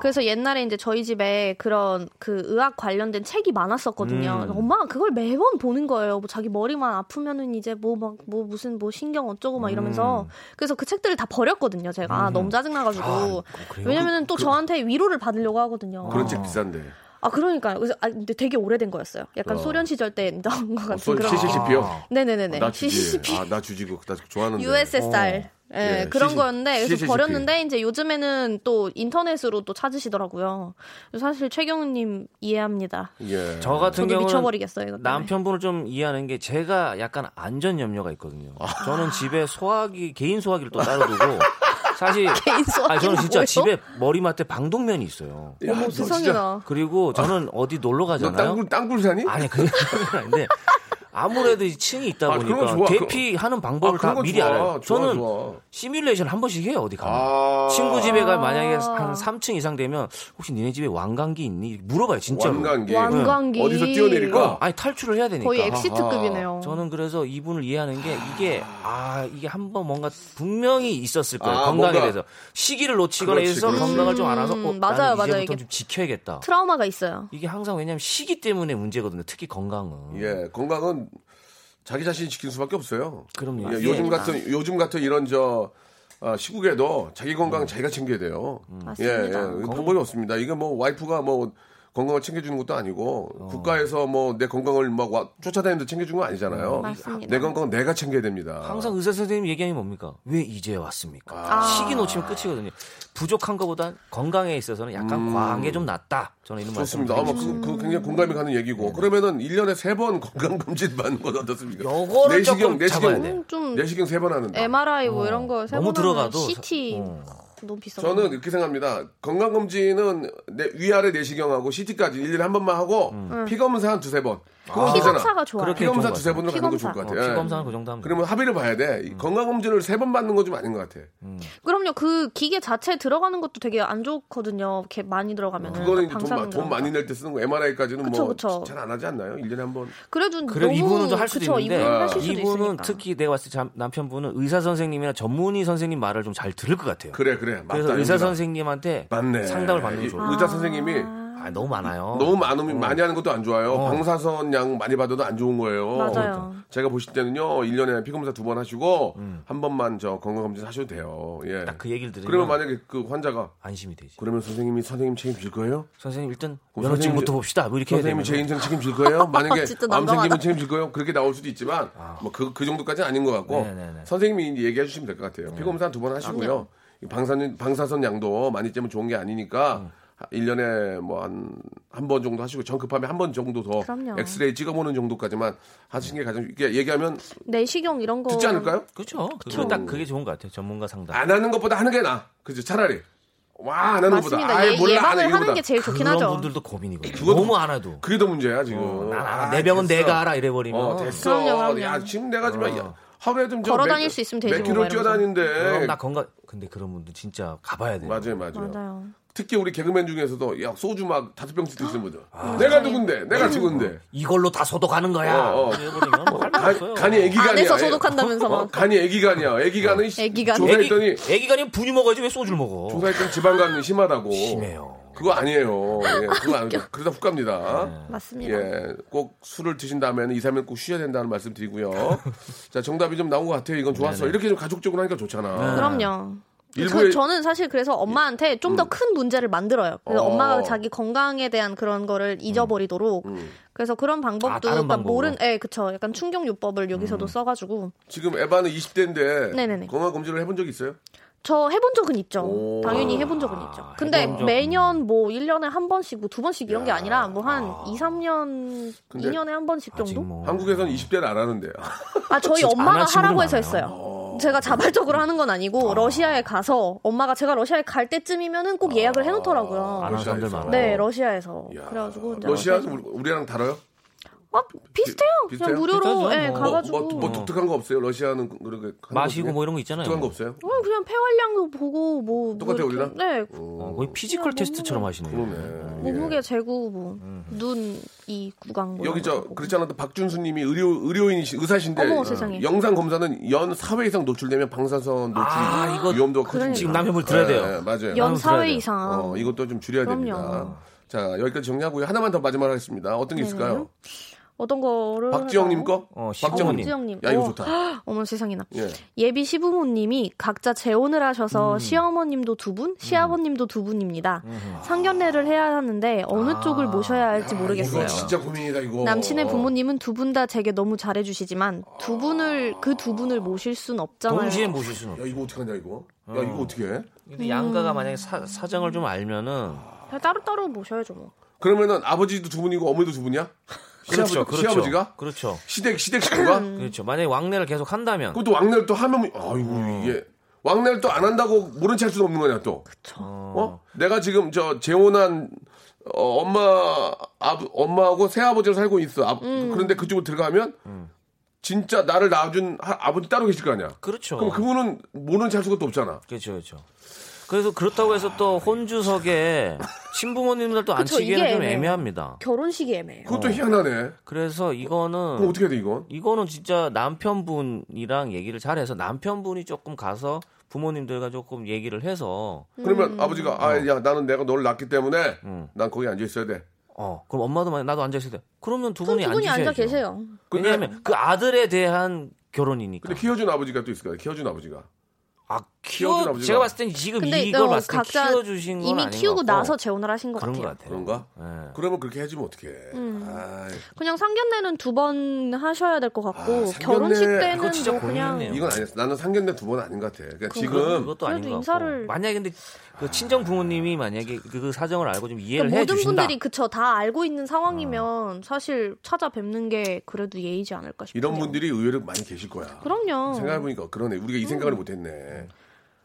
Speaker 7: 그래서 옛날에 이제 저희 집에 그런 그 의학 관련된 책이 많았었거든요. 엄마가 그걸 매번 보는 거예요. 뭐 자기 머리만 아프면은 이제 뭐 막 뭐 무슨 뭐 신경 어쩌고 막 이러면서 그래서 그 책들을 다 버렸거든요. 제가 아, 너무 짜증 나가지고
Speaker 6: 그래요?
Speaker 7: 왜냐면은 또 저한테 위로를 받으려고 하거든요.
Speaker 3: 그런 책 비싼데.
Speaker 7: 아 그러니까요. 그래서 아 근데 되게 오래된 거였어요. 약간 소련 시절 때 나온 것 같은
Speaker 3: 소시
Speaker 7: 아, 그런.
Speaker 3: c p 요 아,
Speaker 7: 네네네네.
Speaker 3: 나 주지.
Speaker 7: CCP.
Speaker 3: 아, 나 주지. 그거 나 좋아하는데.
Speaker 7: USSR. 예,
Speaker 3: 예,
Speaker 7: 그런
Speaker 3: CC
Speaker 7: 거였는데 그래서
Speaker 3: CCP.
Speaker 7: 버렸는데 이제 요즘에는 또 인터넷으로 또 찾으시더라고요. 그래서 사실 최경훈님 이해합니다.
Speaker 3: 예.
Speaker 6: 저 같은
Speaker 7: 저도
Speaker 6: 경우는
Speaker 7: 미쳐버리겠어요. 이것 때문에.
Speaker 6: 남편분을 좀 이해하는 게 제가 약간 안전 염려가 있거든요. 저는 집에 소화기 개인 소화기를 또 따로 두고 사실
Speaker 7: 개인 소화기
Speaker 6: 아니, 저는 진짜
Speaker 7: 뭐예요?
Speaker 6: 집에 머리맡에 방독면이 있어요.
Speaker 3: 야, 너 진짜-
Speaker 7: 세상에 나.
Speaker 6: 그리고 저는 어디 놀러
Speaker 3: 너
Speaker 6: 가잖아요.
Speaker 3: 땅굴 땅굴 사니?
Speaker 6: 아니 그게 아닌데 아무래도 이 층이 있다
Speaker 3: 아, 그런 거
Speaker 6: 보니까
Speaker 3: 좋아.
Speaker 6: 대피하는 방법을
Speaker 3: 아, 그런
Speaker 6: 다
Speaker 3: 거
Speaker 6: 미리
Speaker 3: 좋아.
Speaker 6: 알아요.
Speaker 3: 좋아,
Speaker 6: 저는
Speaker 3: 좋아.
Speaker 6: 시뮬레이션 한 번씩 해요 어디 가면.
Speaker 3: 아.
Speaker 6: 친구 집에 가 만약에 한 3층 이상 되면 혹시 니네 집에 왕관기 있니? 물어봐요 진짜로.
Speaker 3: 완강기.
Speaker 7: 완강기.
Speaker 3: 어디서 뛰어내릴까?
Speaker 6: 아니 탈출을 해야 되니까. 아,
Speaker 7: 거의 엑시트급이네요.
Speaker 6: 그러니까. 저는 그래서 이분을 이해하는 게 이게 아 이게 한번 뭔가 분명히 있었을 거예요
Speaker 3: 아,
Speaker 6: 건강에
Speaker 3: 뭔가-
Speaker 6: 대해서 시기를 놓치거나
Speaker 3: 그렇지,
Speaker 6: 해서
Speaker 3: 그렇지.
Speaker 6: 건강을 좀 알아서
Speaker 7: 음,
Speaker 6: 어,
Speaker 7: 맞아요,
Speaker 6: 나는
Speaker 7: 맞아요.
Speaker 6: 이제부터
Speaker 7: 이게-
Speaker 6: 좀 지켜야겠다
Speaker 7: 트라우마가 있어요.
Speaker 6: 이게 항상 왜냐면 시기 때문에 문제거든요 특히 건강은
Speaker 3: 예, 건강은 자기 자신이 지킬 수밖에 없어요.
Speaker 6: 그럼요. 아,
Speaker 3: 예, 요즘 같은 요즘 같은 이런 저 아, 시국에도 자기
Speaker 6: 음.
Speaker 3: 건강 자기가 챙겨야 돼요. 예, 예,
Speaker 7: 맞습니다.
Speaker 3: 방법이 없습니다. 이게 뭐 와이프가 뭐 건강을 챙겨주는 것도 아니고
Speaker 6: 어.
Speaker 3: 국가에서 뭐 내 건강을 막 와- 쫓아다니면서 챙겨준 건 아니잖아요.
Speaker 7: 맞습니다.
Speaker 3: 내 건강 은 내가 챙겨야 됩니다.
Speaker 6: 음. 항상 의사 선생님 얘기하면 뭡니까 왜 이제 왔습니까
Speaker 3: 아.
Speaker 6: 시기 놓치면 끝이거든요 부족한 것보다 건강에 있어서는 약간 과한 게 좀 낫다 저는 음. 이런 말씀
Speaker 3: 음. 좋습니다. 아마 그,
Speaker 7: 음.
Speaker 3: 그 굉장히 공감이 가는 얘기고 그러면은 1년에 3번 건강검진 받는 건 어떻습니까?
Speaker 6: 요거를 조금 잡아야 돼요.
Speaker 3: 네.
Speaker 7: 음, 좀
Speaker 3: 내시경 3번 하는데.
Speaker 7: MRI 뭐 이런 거 세번하면
Speaker 6: 어, 들어가도 사-
Speaker 7: CT 너무 비싸.
Speaker 3: 저는 이렇게 생각합니다. 건강검진은 내, 위아래 내시경하고 CT까지 일년에한 번만 하고
Speaker 6: 음.
Speaker 3: 피검사 한 두세 번. 그거
Speaker 7: 피
Speaker 3: 되잖아.
Speaker 7: 검사가 좋아요.
Speaker 6: 그렇게
Speaker 3: 피검사
Speaker 6: 좋은
Speaker 3: 두세
Speaker 6: 것 같아요.
Speaker 3: 번으로 가는 거 좋을 것
Speaker 7: 피검사.
Speaker 3: 같아요. 예.
Speaker 6: 피검사는 그 정도 하면
Speaker 3: 그러면 합의를 봐야 돼.
Speaker 6: 음.
Speaker 3: 이 건강검진을 세 번 받는 건 좀 아닌 것 같아.
Speaker 7: 그럼요. 그 기계 자체에 들어가는 것도 되게 안 좋거든요. 이렇게 많이 들어가면
Speaker 3: 그거는 이제 돈, 마- 돈 많이 낼 때 쓰는 거 MRI까지는
Speaker 7: 그쵸, 그쵸.
Speaker 3: 뭐 잘 안 하지 않나요? 일년에한 번.
Speaker 7: 그래도
Speaker 6: 그래
Speaker 7: 너무
Speaker 6: 이분은 좀 할 수도
Speaker 7: 그쵸,
Speaker 6: 있는데
Speaker 7: 이분은 하실 수도
Speaker 6: 이분은
Speaker 7: 있으니까.
Speaker 6: 특히 내가 봤을 때 잠- 남편분은 의사 선생님이나 전문의 선생님 말을 좀 잘 들을 것 같아요.
Speaker 3: 그래 그래. 맞다.
Speaker 6: 래서 의사
Speaker 3: 여기가.
Speaker 6: 선생님한테
Speaker 3: 맞네.
Speaker 6: 상담을 받는
Speaker 3: 이-
Speaker 6: 게 좋아요.
Speaker 3: 의사 선생님이
Speaker 6: 아, 너무 많아요.
Speaker 3: 너무
Speaker 6: 어.
Speaker 3: 많으면 많이 하는 것도 안 좋아요. 방사선 양 많이 받아도 안 좋은 거예요.
Speaker 6: 그러니까.
Speaker 7: 맞아요.
Speaker 3: 제가 보실 때는요, 일년에 피검사 두 번 하시고, 한 번만 저 건강검진 하셔도 돼요. 예.
Speaker 6: 음. 딱 그 얘기를 들으면
Speaker 3: 그러면 만약에 그 환자가
Speaker 6: 안심이 되지.
Speaker 3: 그러면 선생님이 선생님 책임질 거예요?
Speaker 6: 선생님 일단
Speaker 3: 그럼
Speaker 6: 면허증부터
Speaker 3: 선생님-
Speaker 6: 봅시다. 뭐 이렇게 해야
Speaker 3: 선생님이 제
Speaker 6: 되면.
Speaker 3: 인생 책임질 거예요? 만약에
Speaker 7: 진짜
Speaker 3: 암
Speaker 7: 난감하다. 아.
Speaker 3: 생기면 책임질 거예요? 그렇게 나올 수도 있지만 뭐 그 그 정도까지는 아닌 것 같고
Speaker 6: 네네네.
Speaker 3: 선생님이 이제 얘기해 주시면 될 것
Speaker 7: 네.
Speaker 3: 같아요. 피검사 두 번 하시고요. 이 방사선 방사선 양도 많이 째면 좋은 게
Speaker 7: 음.
Speaker 3: 아니니까 일년에 뭐 한 한 번 정도 하시고 정급하면 한 번 정도 더
Speaker 7: 그럼요.
Speaker 3: 엑스레이 찍어보는 정도까지만 하시는 게 가장 이게 얘기하면
Speaker 7: 내시경 이런 거
Speaker 3: 듣지 않을까요?
Speaker 6: 그렇죠. 그게 딱 그게 좋은 것 같아요. 전문가
Speaker 7: 네.
Speaker 6: 상담.
Speaker 3: 안 하는 것보다 하는 게 나아. 그죠? 차라리 와 안 하는 것보다
Speaker 7: 맞습니다.
Speaker 3: 아예
Speaker 7: 예,
Speaker 3: 몰라 안 해,
Speaker 7: 예방을 하는
Speaker 3: 이거보다.
Speaker 7: 게 제일 좋긴
Speaker 6: 그런
Speaker 7: 하죠.
Speaker 6: 분들도 고민이거든요.
Speaker 3: 그것도-
Speaker 6: 너무 안 해도
Speaker 3: 그게 더 문제야 지금.
Speaker 7: 어,
Speaker 6: 난 알아.
Speaker 3: 아,
Speaker 6: 내 병은
Speaker 3: 됐어.
Speaker 6: 내가 알아 이래 버리면
Speaker 3: 어, 됐어.
Speaker 7: 그럼요, 그럼요. 어.
Speaker 3: 야, 지금 내가 지금 야, 하루에 좀
Speaker 7: 걸어 다닐 수 있으면 되지,
Speaker 3: 몇
Speaker 7: 뭐,
Speaker 3: 킬로
Speaker 7: 이러면서.
Speaker 3: 뛰어다니는데.
Speaker 6: 그럼 나 건강 근데 그런 분들 진짜 가봐야
Speaker 7: 그-
Speaker 6: 돼요.
Speaker 3: 맞아요, 맞아요.
Speaker 7: 맞아요.
Speaker 3: 특히 우리 개그맨 중에서도 야 소주 막 다섯 병씩 드시는 분들.
Speaker 7: 아,
Speaker 3: 내가 누군데? 내가
Speaker 7: 음.
Speaker 3: 누군데?
Speaker 6: 이걸로 다 소독하는 거야.
Speaker 3: 어, 어.
Speaker 6: 이래 버리면 뭐할
Speaker 3: 간-
Speaker 6: 없어요.
Speaker 3: 간이 애기간이야.
Speaker 7: 아, 안에서 소독한다면서
Speaker 3: 어,
Speaker 7: 막.
Speaker 3: 간이 애기간이야. 애기간은 씨,
Speaker 7: 애기간은.
Speaker 3: 조사했더니
Speaker 6: 애기, 애기가 아니면 분유 먹어야지 왜 소주를 먹어?
Speaker 3: 조사했더니 지방간은 심하다고.
Speaker 6: 심해요.
Speaker 3: 그거 아니에요. 예, 그거 아니에 그러다 훅 갑니다.
Speaker 7: 맞습니다.
Speaker 3: 예, 꼭 술을 드신 다음에는 2, 3일 꼭 쉬어야 된다는 말씀 드리고요. 자, 정답이 좀 나온 것 같아요. 이건 좋았어. 이렇게 좀 가족적으로 하니까 좋잖아.
Speaker 7: 네. 그럼요.
Speaker 3: 예. 일부의- 음.
Speaker 7: 저, 저는 사실 그래서 엄마한테 좀 더 큰 문제를 만들어요. 그래서
Speaker 3: 어. 음.
Speaker 7: 엄마가 자기 건강에 대한 그런 거를 잊어버리도록. 그래서 그런 방법도
Speaker 6: 아, 다른
Speaker 7: 그러니까
Speaker 6: 방법으로?
Speaker 7: 모른, 예, 그쵸. 약간 충격요법을
Speaker 3: 음.
Speaker 7: 여기서도 써가지고
Speaker 3: 지금 에바는 20대인데
Speaker 7: 네네네.
Speaker 3: 건강 검진을 해본 적 있어요?
Speaker 7: 저 해본 적은 있죠.
Speaker 3: 오. 아,
Speaker 7: 당연히 해본 적은 있죠. 근데
Speaker 6: 해본 적-
Speaker 7: 매년 뭐 일년에한 번씩 뭐 두 번씩 이런 게 아니라 뭐 한 이 삼 년
Speaker 3: 근데
Speaker 7: 이년에한 번씩
Speaker 6: 아직
Speaker 7: 정도?
Speaker 6: 뭐.
Speaker 3: 한국에서는 20대를 안 하는데요.
Speaker 7: 아, 저희
Speaker 6: 진짜 안
Speaker 7: 엄마가
Speaker 6: 하시는
Speaker 7: 하라고
Speaker 6: 분
Speaker 7: 해서
Speaker 6: 많아요.
Speaker 7: 했어요. 제가 자발적으로 하는 건 아니고 러시아에 가서 엄마가 제가 러시아에 갈 때쯤이면은 꼭 예약을 해놓더라고요.
Speaker 6: 아는 사람들
Speaker 3: 아. 러시아에서.
Speaker 6: 많아요.
Speaker 7: 네, 러시아에서.
Speaker 3: 야.
Speaker 7: 그래가지고 이제
Speaker 3: 러시아에서
Speaker 7: 앞에서-
Speaker 3: 우리, 우리랑 다뤄요?
Speaker 7: 아, 비슷해요.
Speaker 3: 비슷해요?
Speaker 7: 그냥 무료로
Speaker 6: 비슷하죠,
Speaker 7: 예,
Speaker 6: 뭐.
Speaker 3: 뭐,
Speaker 7: 가가지고
Speaker 3: 뭐, 뭐 독특한 거 없어요? 러시아는 그렇게 하는 거
Speaker 6: 마시고
Speaker 3: 중에?
Speaker 6: 뭐 이런 거 있잖아요.
Speaker 3: 독특한 거 없어요?
Speaker 7: 어, 그냥 폐활량도 보고 뭐
Speaker 3: 똑같아요,
Speaker 7: 뭐 이렇게- 네, 뭐
Speaker 6: 어, 거의 피지컬 테스트처럼 하시네요.
Speaker 7: 그러니까.
Speaker 3: 그러네. 예. 음.
Speaker 7: 몸무게 재고 뭐 뭐눈이 구강 뭐
Speaker 3: 여기
Speaker 7: 이런 거
Speaker 3: 저
Speaker 7: 보고.
Speaker 3: 그렇지 않아도 박준수님이 의료 의료인이시 의사신데
Speaker 7: 어머, 세상에.
Speaker 3: 영상 검사는 연 4회 이상 노출되면 방사선 노출
Speaker 6: 아, 이거
Speaker 3: 위험도가 커집니다.
Speaker 6: 지금 남편분 들어야 돼요.
Speaker 3: 예, 맞아요.
Speaker 7: 연
Speaker 6: 나눠서 해야
Speaker 7: 4회
Speaker 6: 돼요.
Speaker 7: 이상
Speaker 3: 어, 이것도 좀 줄여야
Speaker 7: 그럼요.
Speaker 3: 됩니다. 자 여기까지 정리하고요. 하나만 더 마지막으로 하겠습니다. 어떤
Speaker 7: 네,
Speaker 3: 게 있을까요?
Speaker 7: 어떤 거를
Speaker 3: 박지영님
Speaker 7: 하다고?
Speaker 3: 거?
Speaker 6: 어,
Speaker 3: 박지영님.
Speaker 7: 박지영님.
Speaker 3: 야 이거
Speaker 7: 어.
Speaker 3: 좋다.
Speaker 7: 어머 세상에나
Speaker 3: 예.
Speaker 7: 예. 비 시부모님이 각자 재혼을
Speaker 6: 음.
Speaker 7: 하셔서 시어머님도 두 분, 시아버님도 두 분입니다.
Speaker 6: 아.
Speaker 7: 상견례를 해야 하는데 어느 쪽을 모셔야 할지 모르겠어요.
Speaker 3: 이거 진짜 고민이다 이거.
Speaker 6: 어.
Speaker 7: 남친의 부모님은 두 분 다 제게 너무 잘해주시지만 두 분을 그 두 분을 모실 순 없잖아요.
Speaker 6: 아. 동시에 뭐 모실 수는 없어요.
Speaker 3: 야 이거 어떻게 하냐 이거. 야 이거 어떻게 해?
Speaker 7: 음.
Speaker 6: 근데 양가가 만약에 사, 사정을 좀 알면은
Speaker 7: 그냥 따로따로 모셔야죠 뭐.
Speaker 3: 그러면은 아버지도 두 분이고 어머니도 두 분이야?
Speaker 6: 그렇죠,
Speaker 3: 시아버-
Speaker 6: 그렇죠.
Speaker 3: 시아버지가
Speaker 6: 그렇죠.
Speaker 3: 시댁 시댁 식구가
Speaker 7: 음.
Speaker 6: 그렇죠. 만약에 왕래를 계속 한다면
Speaker 3: 그것도 왕래를 또 하면 아이고
Speaker 6: 어.
Speaker 3: 이게 왕래를 또 안 한다고 모른 체 할 수도 없는 거냐 또. 그렇죠. 어? 내가 지금 저 재혼한 어, 엄마 아, 엄마하고 새아버지를 살고 있어. 아,
Speaker 7: 음.
Speaker 3: 그런데 그쪽으로 들어가면
Speaker 6: 음.
Speaker 3: 진짜 나를 낳아준 하- 아버지 따로 계실 거 아니야.
Speaker 6: 그렇죠.
Speaker 3: 그럼 그분은 모른 체 할 수가 또 없잖아.
Speaker 6: 그렇죠, 그렇죠. 그래서 그렇다고 해서 또 혼주석에 친부모님들도 앉히기에는
Speaker 7: 이게
Speaker 6: 좀
Speaker 7: 애매해요.
Speaker 6: 애매합니다.
Speaker 7: 결혼식이 애매해요.
Speaker 3: 그것도
Speaker 6: 어.
Speaker 3: 희한하네.
Speaker 6: 그래서
Speaker 3: 그럼
Speaker 6: 이거는
Speaker 3: 어떻게 해야 돼 이건?
Speaker 6: 이거는 진짜 남편분이랑 얘기를 잘해서 남편분이 조금 가서 부모님들과 조금 얘기를 해서
Speaker 3: 그러면
Speaker 7: 음.
Speaker 3: 아버지가 아 야 나는 내가 너를 낳기 때문에
Speaker 6: 음.
Speaker 3: 난 거기 앉아 있어야 돼.
Speaker 6: 어 그럼 엄마도 만약 나도 앉아 있을 때 그러면 두
Speaker 7: 그럼
Speaker 6: 분이
Speaker 7: 두 분이 앉아
Speaker 6: 앉으셔야죠.
Speaker 7: 계세요.
Speaker 3: 근데-
Speaker 6: 왜냐하면 그 아들에 대한 결혼이니까.
Speaker 3: 근데 키워준 아버지가 또 있을 거야. 키워준 아버지가.
Speaker 6: 아
Speaker 3: 키워준
Speaker 6: 키워
Speaker 3: 아버지가-
Speaker 6: 제가 봤을 땐 지금
Speaker 7: 근데
Speaker 6: 이걸
Speaker 7: 어,
Speaker 6: 봤을 때
Speaker 7: 각자
Speaker 6: 키워주신 건
Speaker 7: 이미
Speaker 6: 아닌 것
Speaker 7: 키우고
Speaker 6: 같고
Speaker 7: 나서 재혼을 하신 것
Speaker 6: 그런 것
Speaker 7: 같아요.
Speaker 6: 같아요.
Speaker 3: 그런가?
Speaker 6: 예.
Speaker 3: 그러면 그렇게 해주면 어떡해.
Speaker 7: 음.
Speaker 3: 아이.
Speaker 7: 그냥 상견례는 두 번 하셔야 될 것 같고
Speaker 3: 아, 상견례.
Speaker 7: 결혼식 때는
Speaker 3: 그거
Speaker 6: 진짜
Speaker 7: 뭐 그냥
Speaker 6: 고민이네요.
Speaker 3: 이건 아니었어. 나는 상견례 두 번 아닌 것 같아. 그러니까
Speaker 6: 그건
Speaker 3: 지금
Speaker 6: 그것도 아닌
Speaker 7: 그래도
Speaker 6: 것
Speaker 7: 인사를-
Speaker 6: 같고. 만약에 근데 그 친정 부모님이 만약에 그, 그 사정을 알고 좀 이해를
Speaker 7: 그러니까
Speaker 6: 해
Speaker 7: 모든
Speaker 6: 주신다. 어.
Speaker 7: 분들이 그쵸 다 알고 있는 상황이면 사실 찾아뵙는 게 그래도 예의지 않을까 싶어요.
Speaker 3: 이런 분들이 의외로 많이 계실 거야.
Speaker 7: 그럼요. 음.
Speaker 3: 생각해보니까 그러네. 우리가 이 생각을 못했네.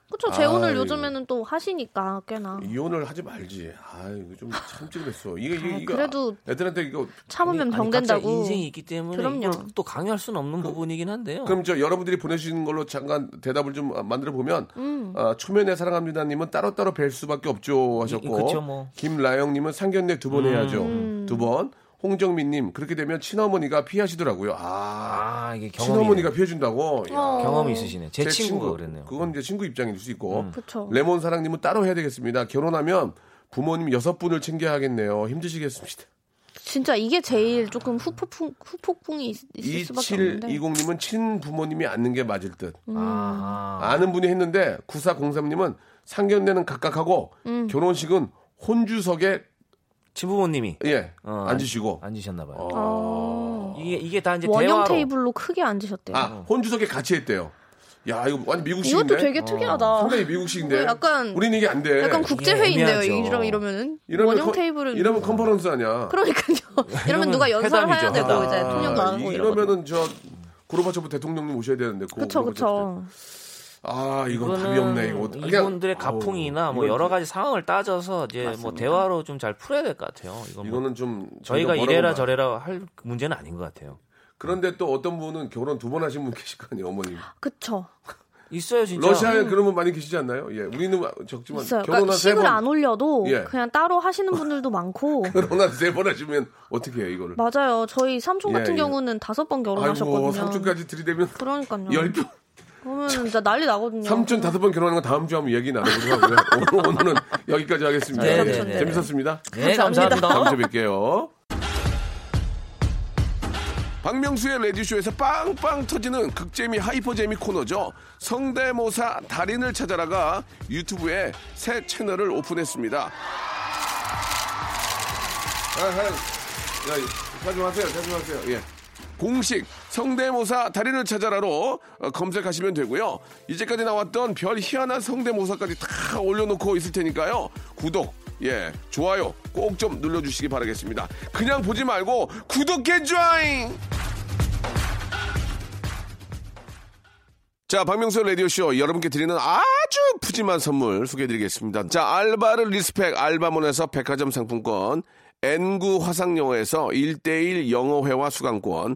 Speaker 7: 그쵸 재혼을
Speaker 3: 아이.
Speaker 7: 요즘에는 또 하시니까 꽤나
Speaker 3: 이혼을 하지 말지. 아, 이거 좀 참찔했어. 이게, 이게,
Speaker 7: 아,
Speaker 3: 이거
Speaker 7: 그래도
Speaker 3: 애들한테 이거.
Speaker 7: 참으면
Speaker 6: 아니,
Speaker 7: 병
Speaker 6: 각자
Speaker 7: 된다고.
Speaker 6: 인생이 있기 때문에
Speaker 7: 그럼요.
Speaker 6: 이걸 또 강요할 수는 없는 부분이긴 한데요.
Speaker 3: 그럼 저 여러분들이 보내주시는 걸로 잠깐 대답을 좀 만들어 보면, 아, 초면에 사랑합니다님은 따로따로 뵐 수밖에 없죠 하셨고,
Speaker 6: 이- 그쵸, 뭐. 음.
Speaker 3: 김라영님은 상견례 두 번 해야죠. 두 번. 홍정민님 그렇게 되면 친어머니가 피하시더라고요. 아,
Speaker 6: 아 이게 경험이
Speaker 3: 친어머니가 피해준다고. 야.
Speaker 6: 경험이 있으시네. 제, 친구가 그랬네요. 음.
Speaker 3: 건 이제 친구 입장일 수 있고.
Speaker 7: 그쵸.
Speaker 3: 레몬 사랑님은 따로 해야 되겠습니다. 결혼하면 부모님 여섯 분을 챙겨야겠네요. 힘드시겠습니다.
Speaker 7: 진짜 이게
Speaker 6: 아.
Speaker 7: 제일 조금 후폭풍 후폭풍이 있- 있을 수밖에 없는데.
Speaker 3: 2720님은 친부모님이 앉는 게 맞을 듯.
Speaker 6: 아,
Speaker 3: 아는 분이 했는데 9403님은 상견례는 각각 하고
Speaker 7: 음.
Speaker 3: 결혼식은 혼주석에
Speaker 6: 친부모님이
Speaker 3: 예
Speaker 6: 어,
Speaker 3: 앉으시고
Speaker 6: 앉으셨나
Speaker 3: 어.
Speaker 6: 봐요.
Speaker 7: 아,
Speaker 6: 이게 이게 다 이제
Speaker 7: 원형
Speaker 6: 대화로
Speaker 7: 테이블로 크게 앉으셨대요.
Speaker 3: 아 혼주석에 같이 했대요. 야 이거 완전 미국식인데.
Speaker 7: 이것도 되게
Speaker 6: 어.
Speaker 7: 특이하다.
Speaker 3: 상당히 미국식인데.
Speaker 7: 이거 약간-
Speaker 3: 우리는 이게 안 돼.
Speaker 7: 약간 국제회의인데요.
Speaker 6: 예, 애매하죠.
Speaker 7: 이러, 이러면은
Speaker 3: 이러면
Speaker 7: 원형
Speaker 3: 컨-
Speaker 7: 테이블은
Speaker 3: 이러면 컨퍼런스 아니야. 아,
Speaker 7: 그러니까요. 이러면 누가 연설을 해야
Speaker 6: 회담이죠.
Speaker 7: 되고
Speaker 6: 회담.
Speaker 7: 이제 통역 나가고 이러면
Speaker 3: 이러면은 뭐 저 고르바초프 대통령님 오셔야 되는데. 고-
Speaker 7: 그쵸
Speaker 3: 고르바초프 대-
Speaker 7: 그쵸.
Speaker 3: 아 이건 답이 없네 이거. 그러니까
Speaker 6: 이거는
Speaker 3: 그냥-
Speaker 6: 이분들의 가풍이나 뭐
Speaker 3: 이건-
Speaker 6: 여러 가지 상황을 따져서 이제 뭐 대화로 좀 잘 풀어야 될 것 같아요. 이건 뭐
Speaker 3: 이거는 좀
Speaker 6: 저희가
Speaker 3: 저희가
Speaker 6: 이래라
Speaker 3: 뭐라고
Speaker 6: 저래라 할 문제는 아닌 것 같아요.
Speaker 3: 말- 그런데 또 어떤 분은 결혼 두 번 하신 분 계실 거 아니에요 어머님.
Speaker 7: 그쵸.
Speaker 6: 있어요 진짜.
Speaker 3: 러시아에 그런 분 많이 계시지 않나요? 예, 우리는 적지만
Speaker 7: 음. 있어요.
Speaker 3: 결혼한
Speaker 7: 그러니까
Speaker 3: 세
Speaker 7: 식을
Speaker 3: 번.
Speaker 7: 안 올려도
Speaker 3: 예. 그
Speaker 7: 그냥 따로 하시는 분들도 많고.
Speaker 3: 결혼한 세 번 하시면 어떻게 해요 이거를?
Speaker 7: 맞아요. 저희 삼촌
Speaker 3: 예,
Speaker 7: 같은
Speaker 3: 예.
Speaker 7: 경우는 다섯 번
Speaker 3: 아이고
Speaker 7: 결혼하셨거든요.
Speaker 3: 삼촌까지 들이대면
Speaker 7: 그러니까요.
Speaker 3: 열 번.
Speaker 7: 그러면 진짜 난리 나거든요.
Speaker 3: 삼촌 다섯 번 결혼하는 건 다음 주에 한번 얘기 나눠보도록 하고요. 오늘, 오늘은 여기까지 하겠습니다.
Speaker 6: 네,
Speaker 3: 예,
Speaker 6: 네, 네.
Speaker 3: 재밌었습니다.
Speaker 6: 네, 감사합니다.
Speaker 3: 다음 주에 뵐게요.
Speaker 2: 박명수의 레디쇼에서 빵빵 터지는 극재미 하이퍼재미 코너죠. 성대모사 달인을 찾아라가 유튜브에 새 채널을 오픈했습니다.
Speaker 3: 아, 아, 야, 자중하세요, 자중하세요. 예.
Speaker 2: 공식 성대모사 달인을 찾아라로 어, 검색하시면 되고요. 이제까지 나왔던 별 희한한 성대모사까지 다 올려놓고 있을 테니까요. 구독, 예, 좋아요 꼭 좀 눌러주시기 바라겠습니다. 그냥 보지 말고 구독해 줘잉!
Speaker 3: 자, 박명수 라디오쇼 여러분께 드리는 아주 푸짐한 선물 소개해드리겠습니다. 자, 알바를 리스펙 알바몬에서 백화점 상품권, N구 화상영어에서 1대1 영어회화 수강권,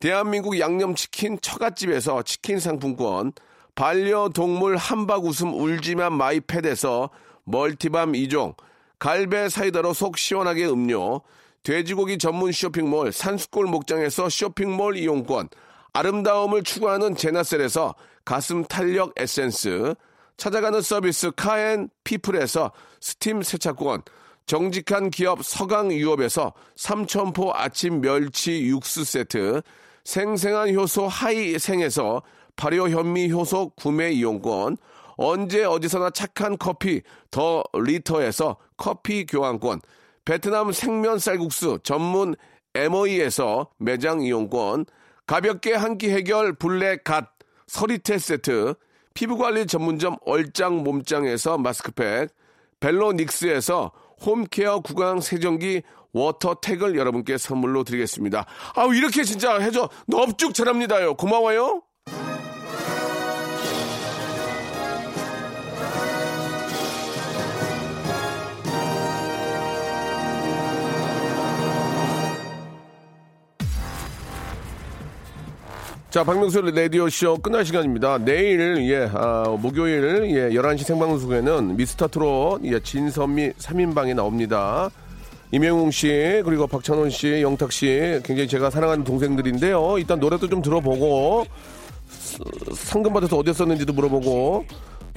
Speaker 3: 대한민국 양념치킨 처갓집에서 치킨 상품권, 반려동물 한박 웃음 울지만 마이패드에서 멀티밤 2종, 갈배 사이다로 속 시원하게 음료, 돼지고기 전문 쇼핑몰 산수골 목장에서 쇼핑몰 이용권, 아름다움을 추구하는 제나셀에서 가슴 탄력 에센스, 찾아가는 서비스 카엔 피플에서 스팀 세차권, 정직한 기업 서강유업에서 삼천포 아침 멸치 육수 세트, 생생한 효소 하이생에서 발효 현미 효소 구매 이용권, 언제 어디서나 착한 커피 더 리터에서 커피 교환권, 베트남 생면 쌀국수 전문 MOE에서 매장 이용권, 가볍게 한 끼 해결 블랙 갓 서리테 세트, 피부관리 전문점 얼짱 몸짱에서 마스크팩, 벨로닉스에서 홈케어 구강 세정기 워터택을 여러분께 선물로 드리겠습니다. 아우 이렇게 진짜 해줘 넙죽 잘합니다요. 고마워요.
Speaker 8: 자, 박명수 라디오 쇼 끝날 시간입니다. 내일 예, 아, 목요일 예, 11시 생방송에는 미스터 트롯 예, 진선미 3인방이 나옵니다. 임영웅 씨, 그리고 박찬원 씨, 영탁 씨, 굉장히 제가 사랑하는 동생들인데요. 일단 노래도 좀 들어보고 스- 상금 받아서 어디에 썼는지도 물어보고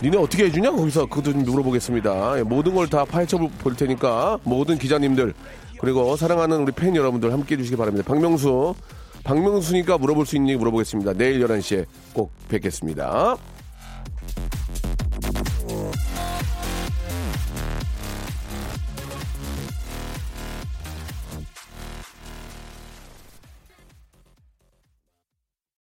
Speaker 8: 니네 어떻게 해주냐 거기서 그것도 좀 물어보겠습니다. 예, 모든 걸 다 파헤쳐 볼 테니까 모든 기자님들 그리고 사랑하는 우리 팬 여러분들 함께해 주시기 바랍니다. 박명수 박명수니까 물어볼 수 있는 얘기 물어보겠습니다. 내일 11시에 꼭 뵙겠습니다.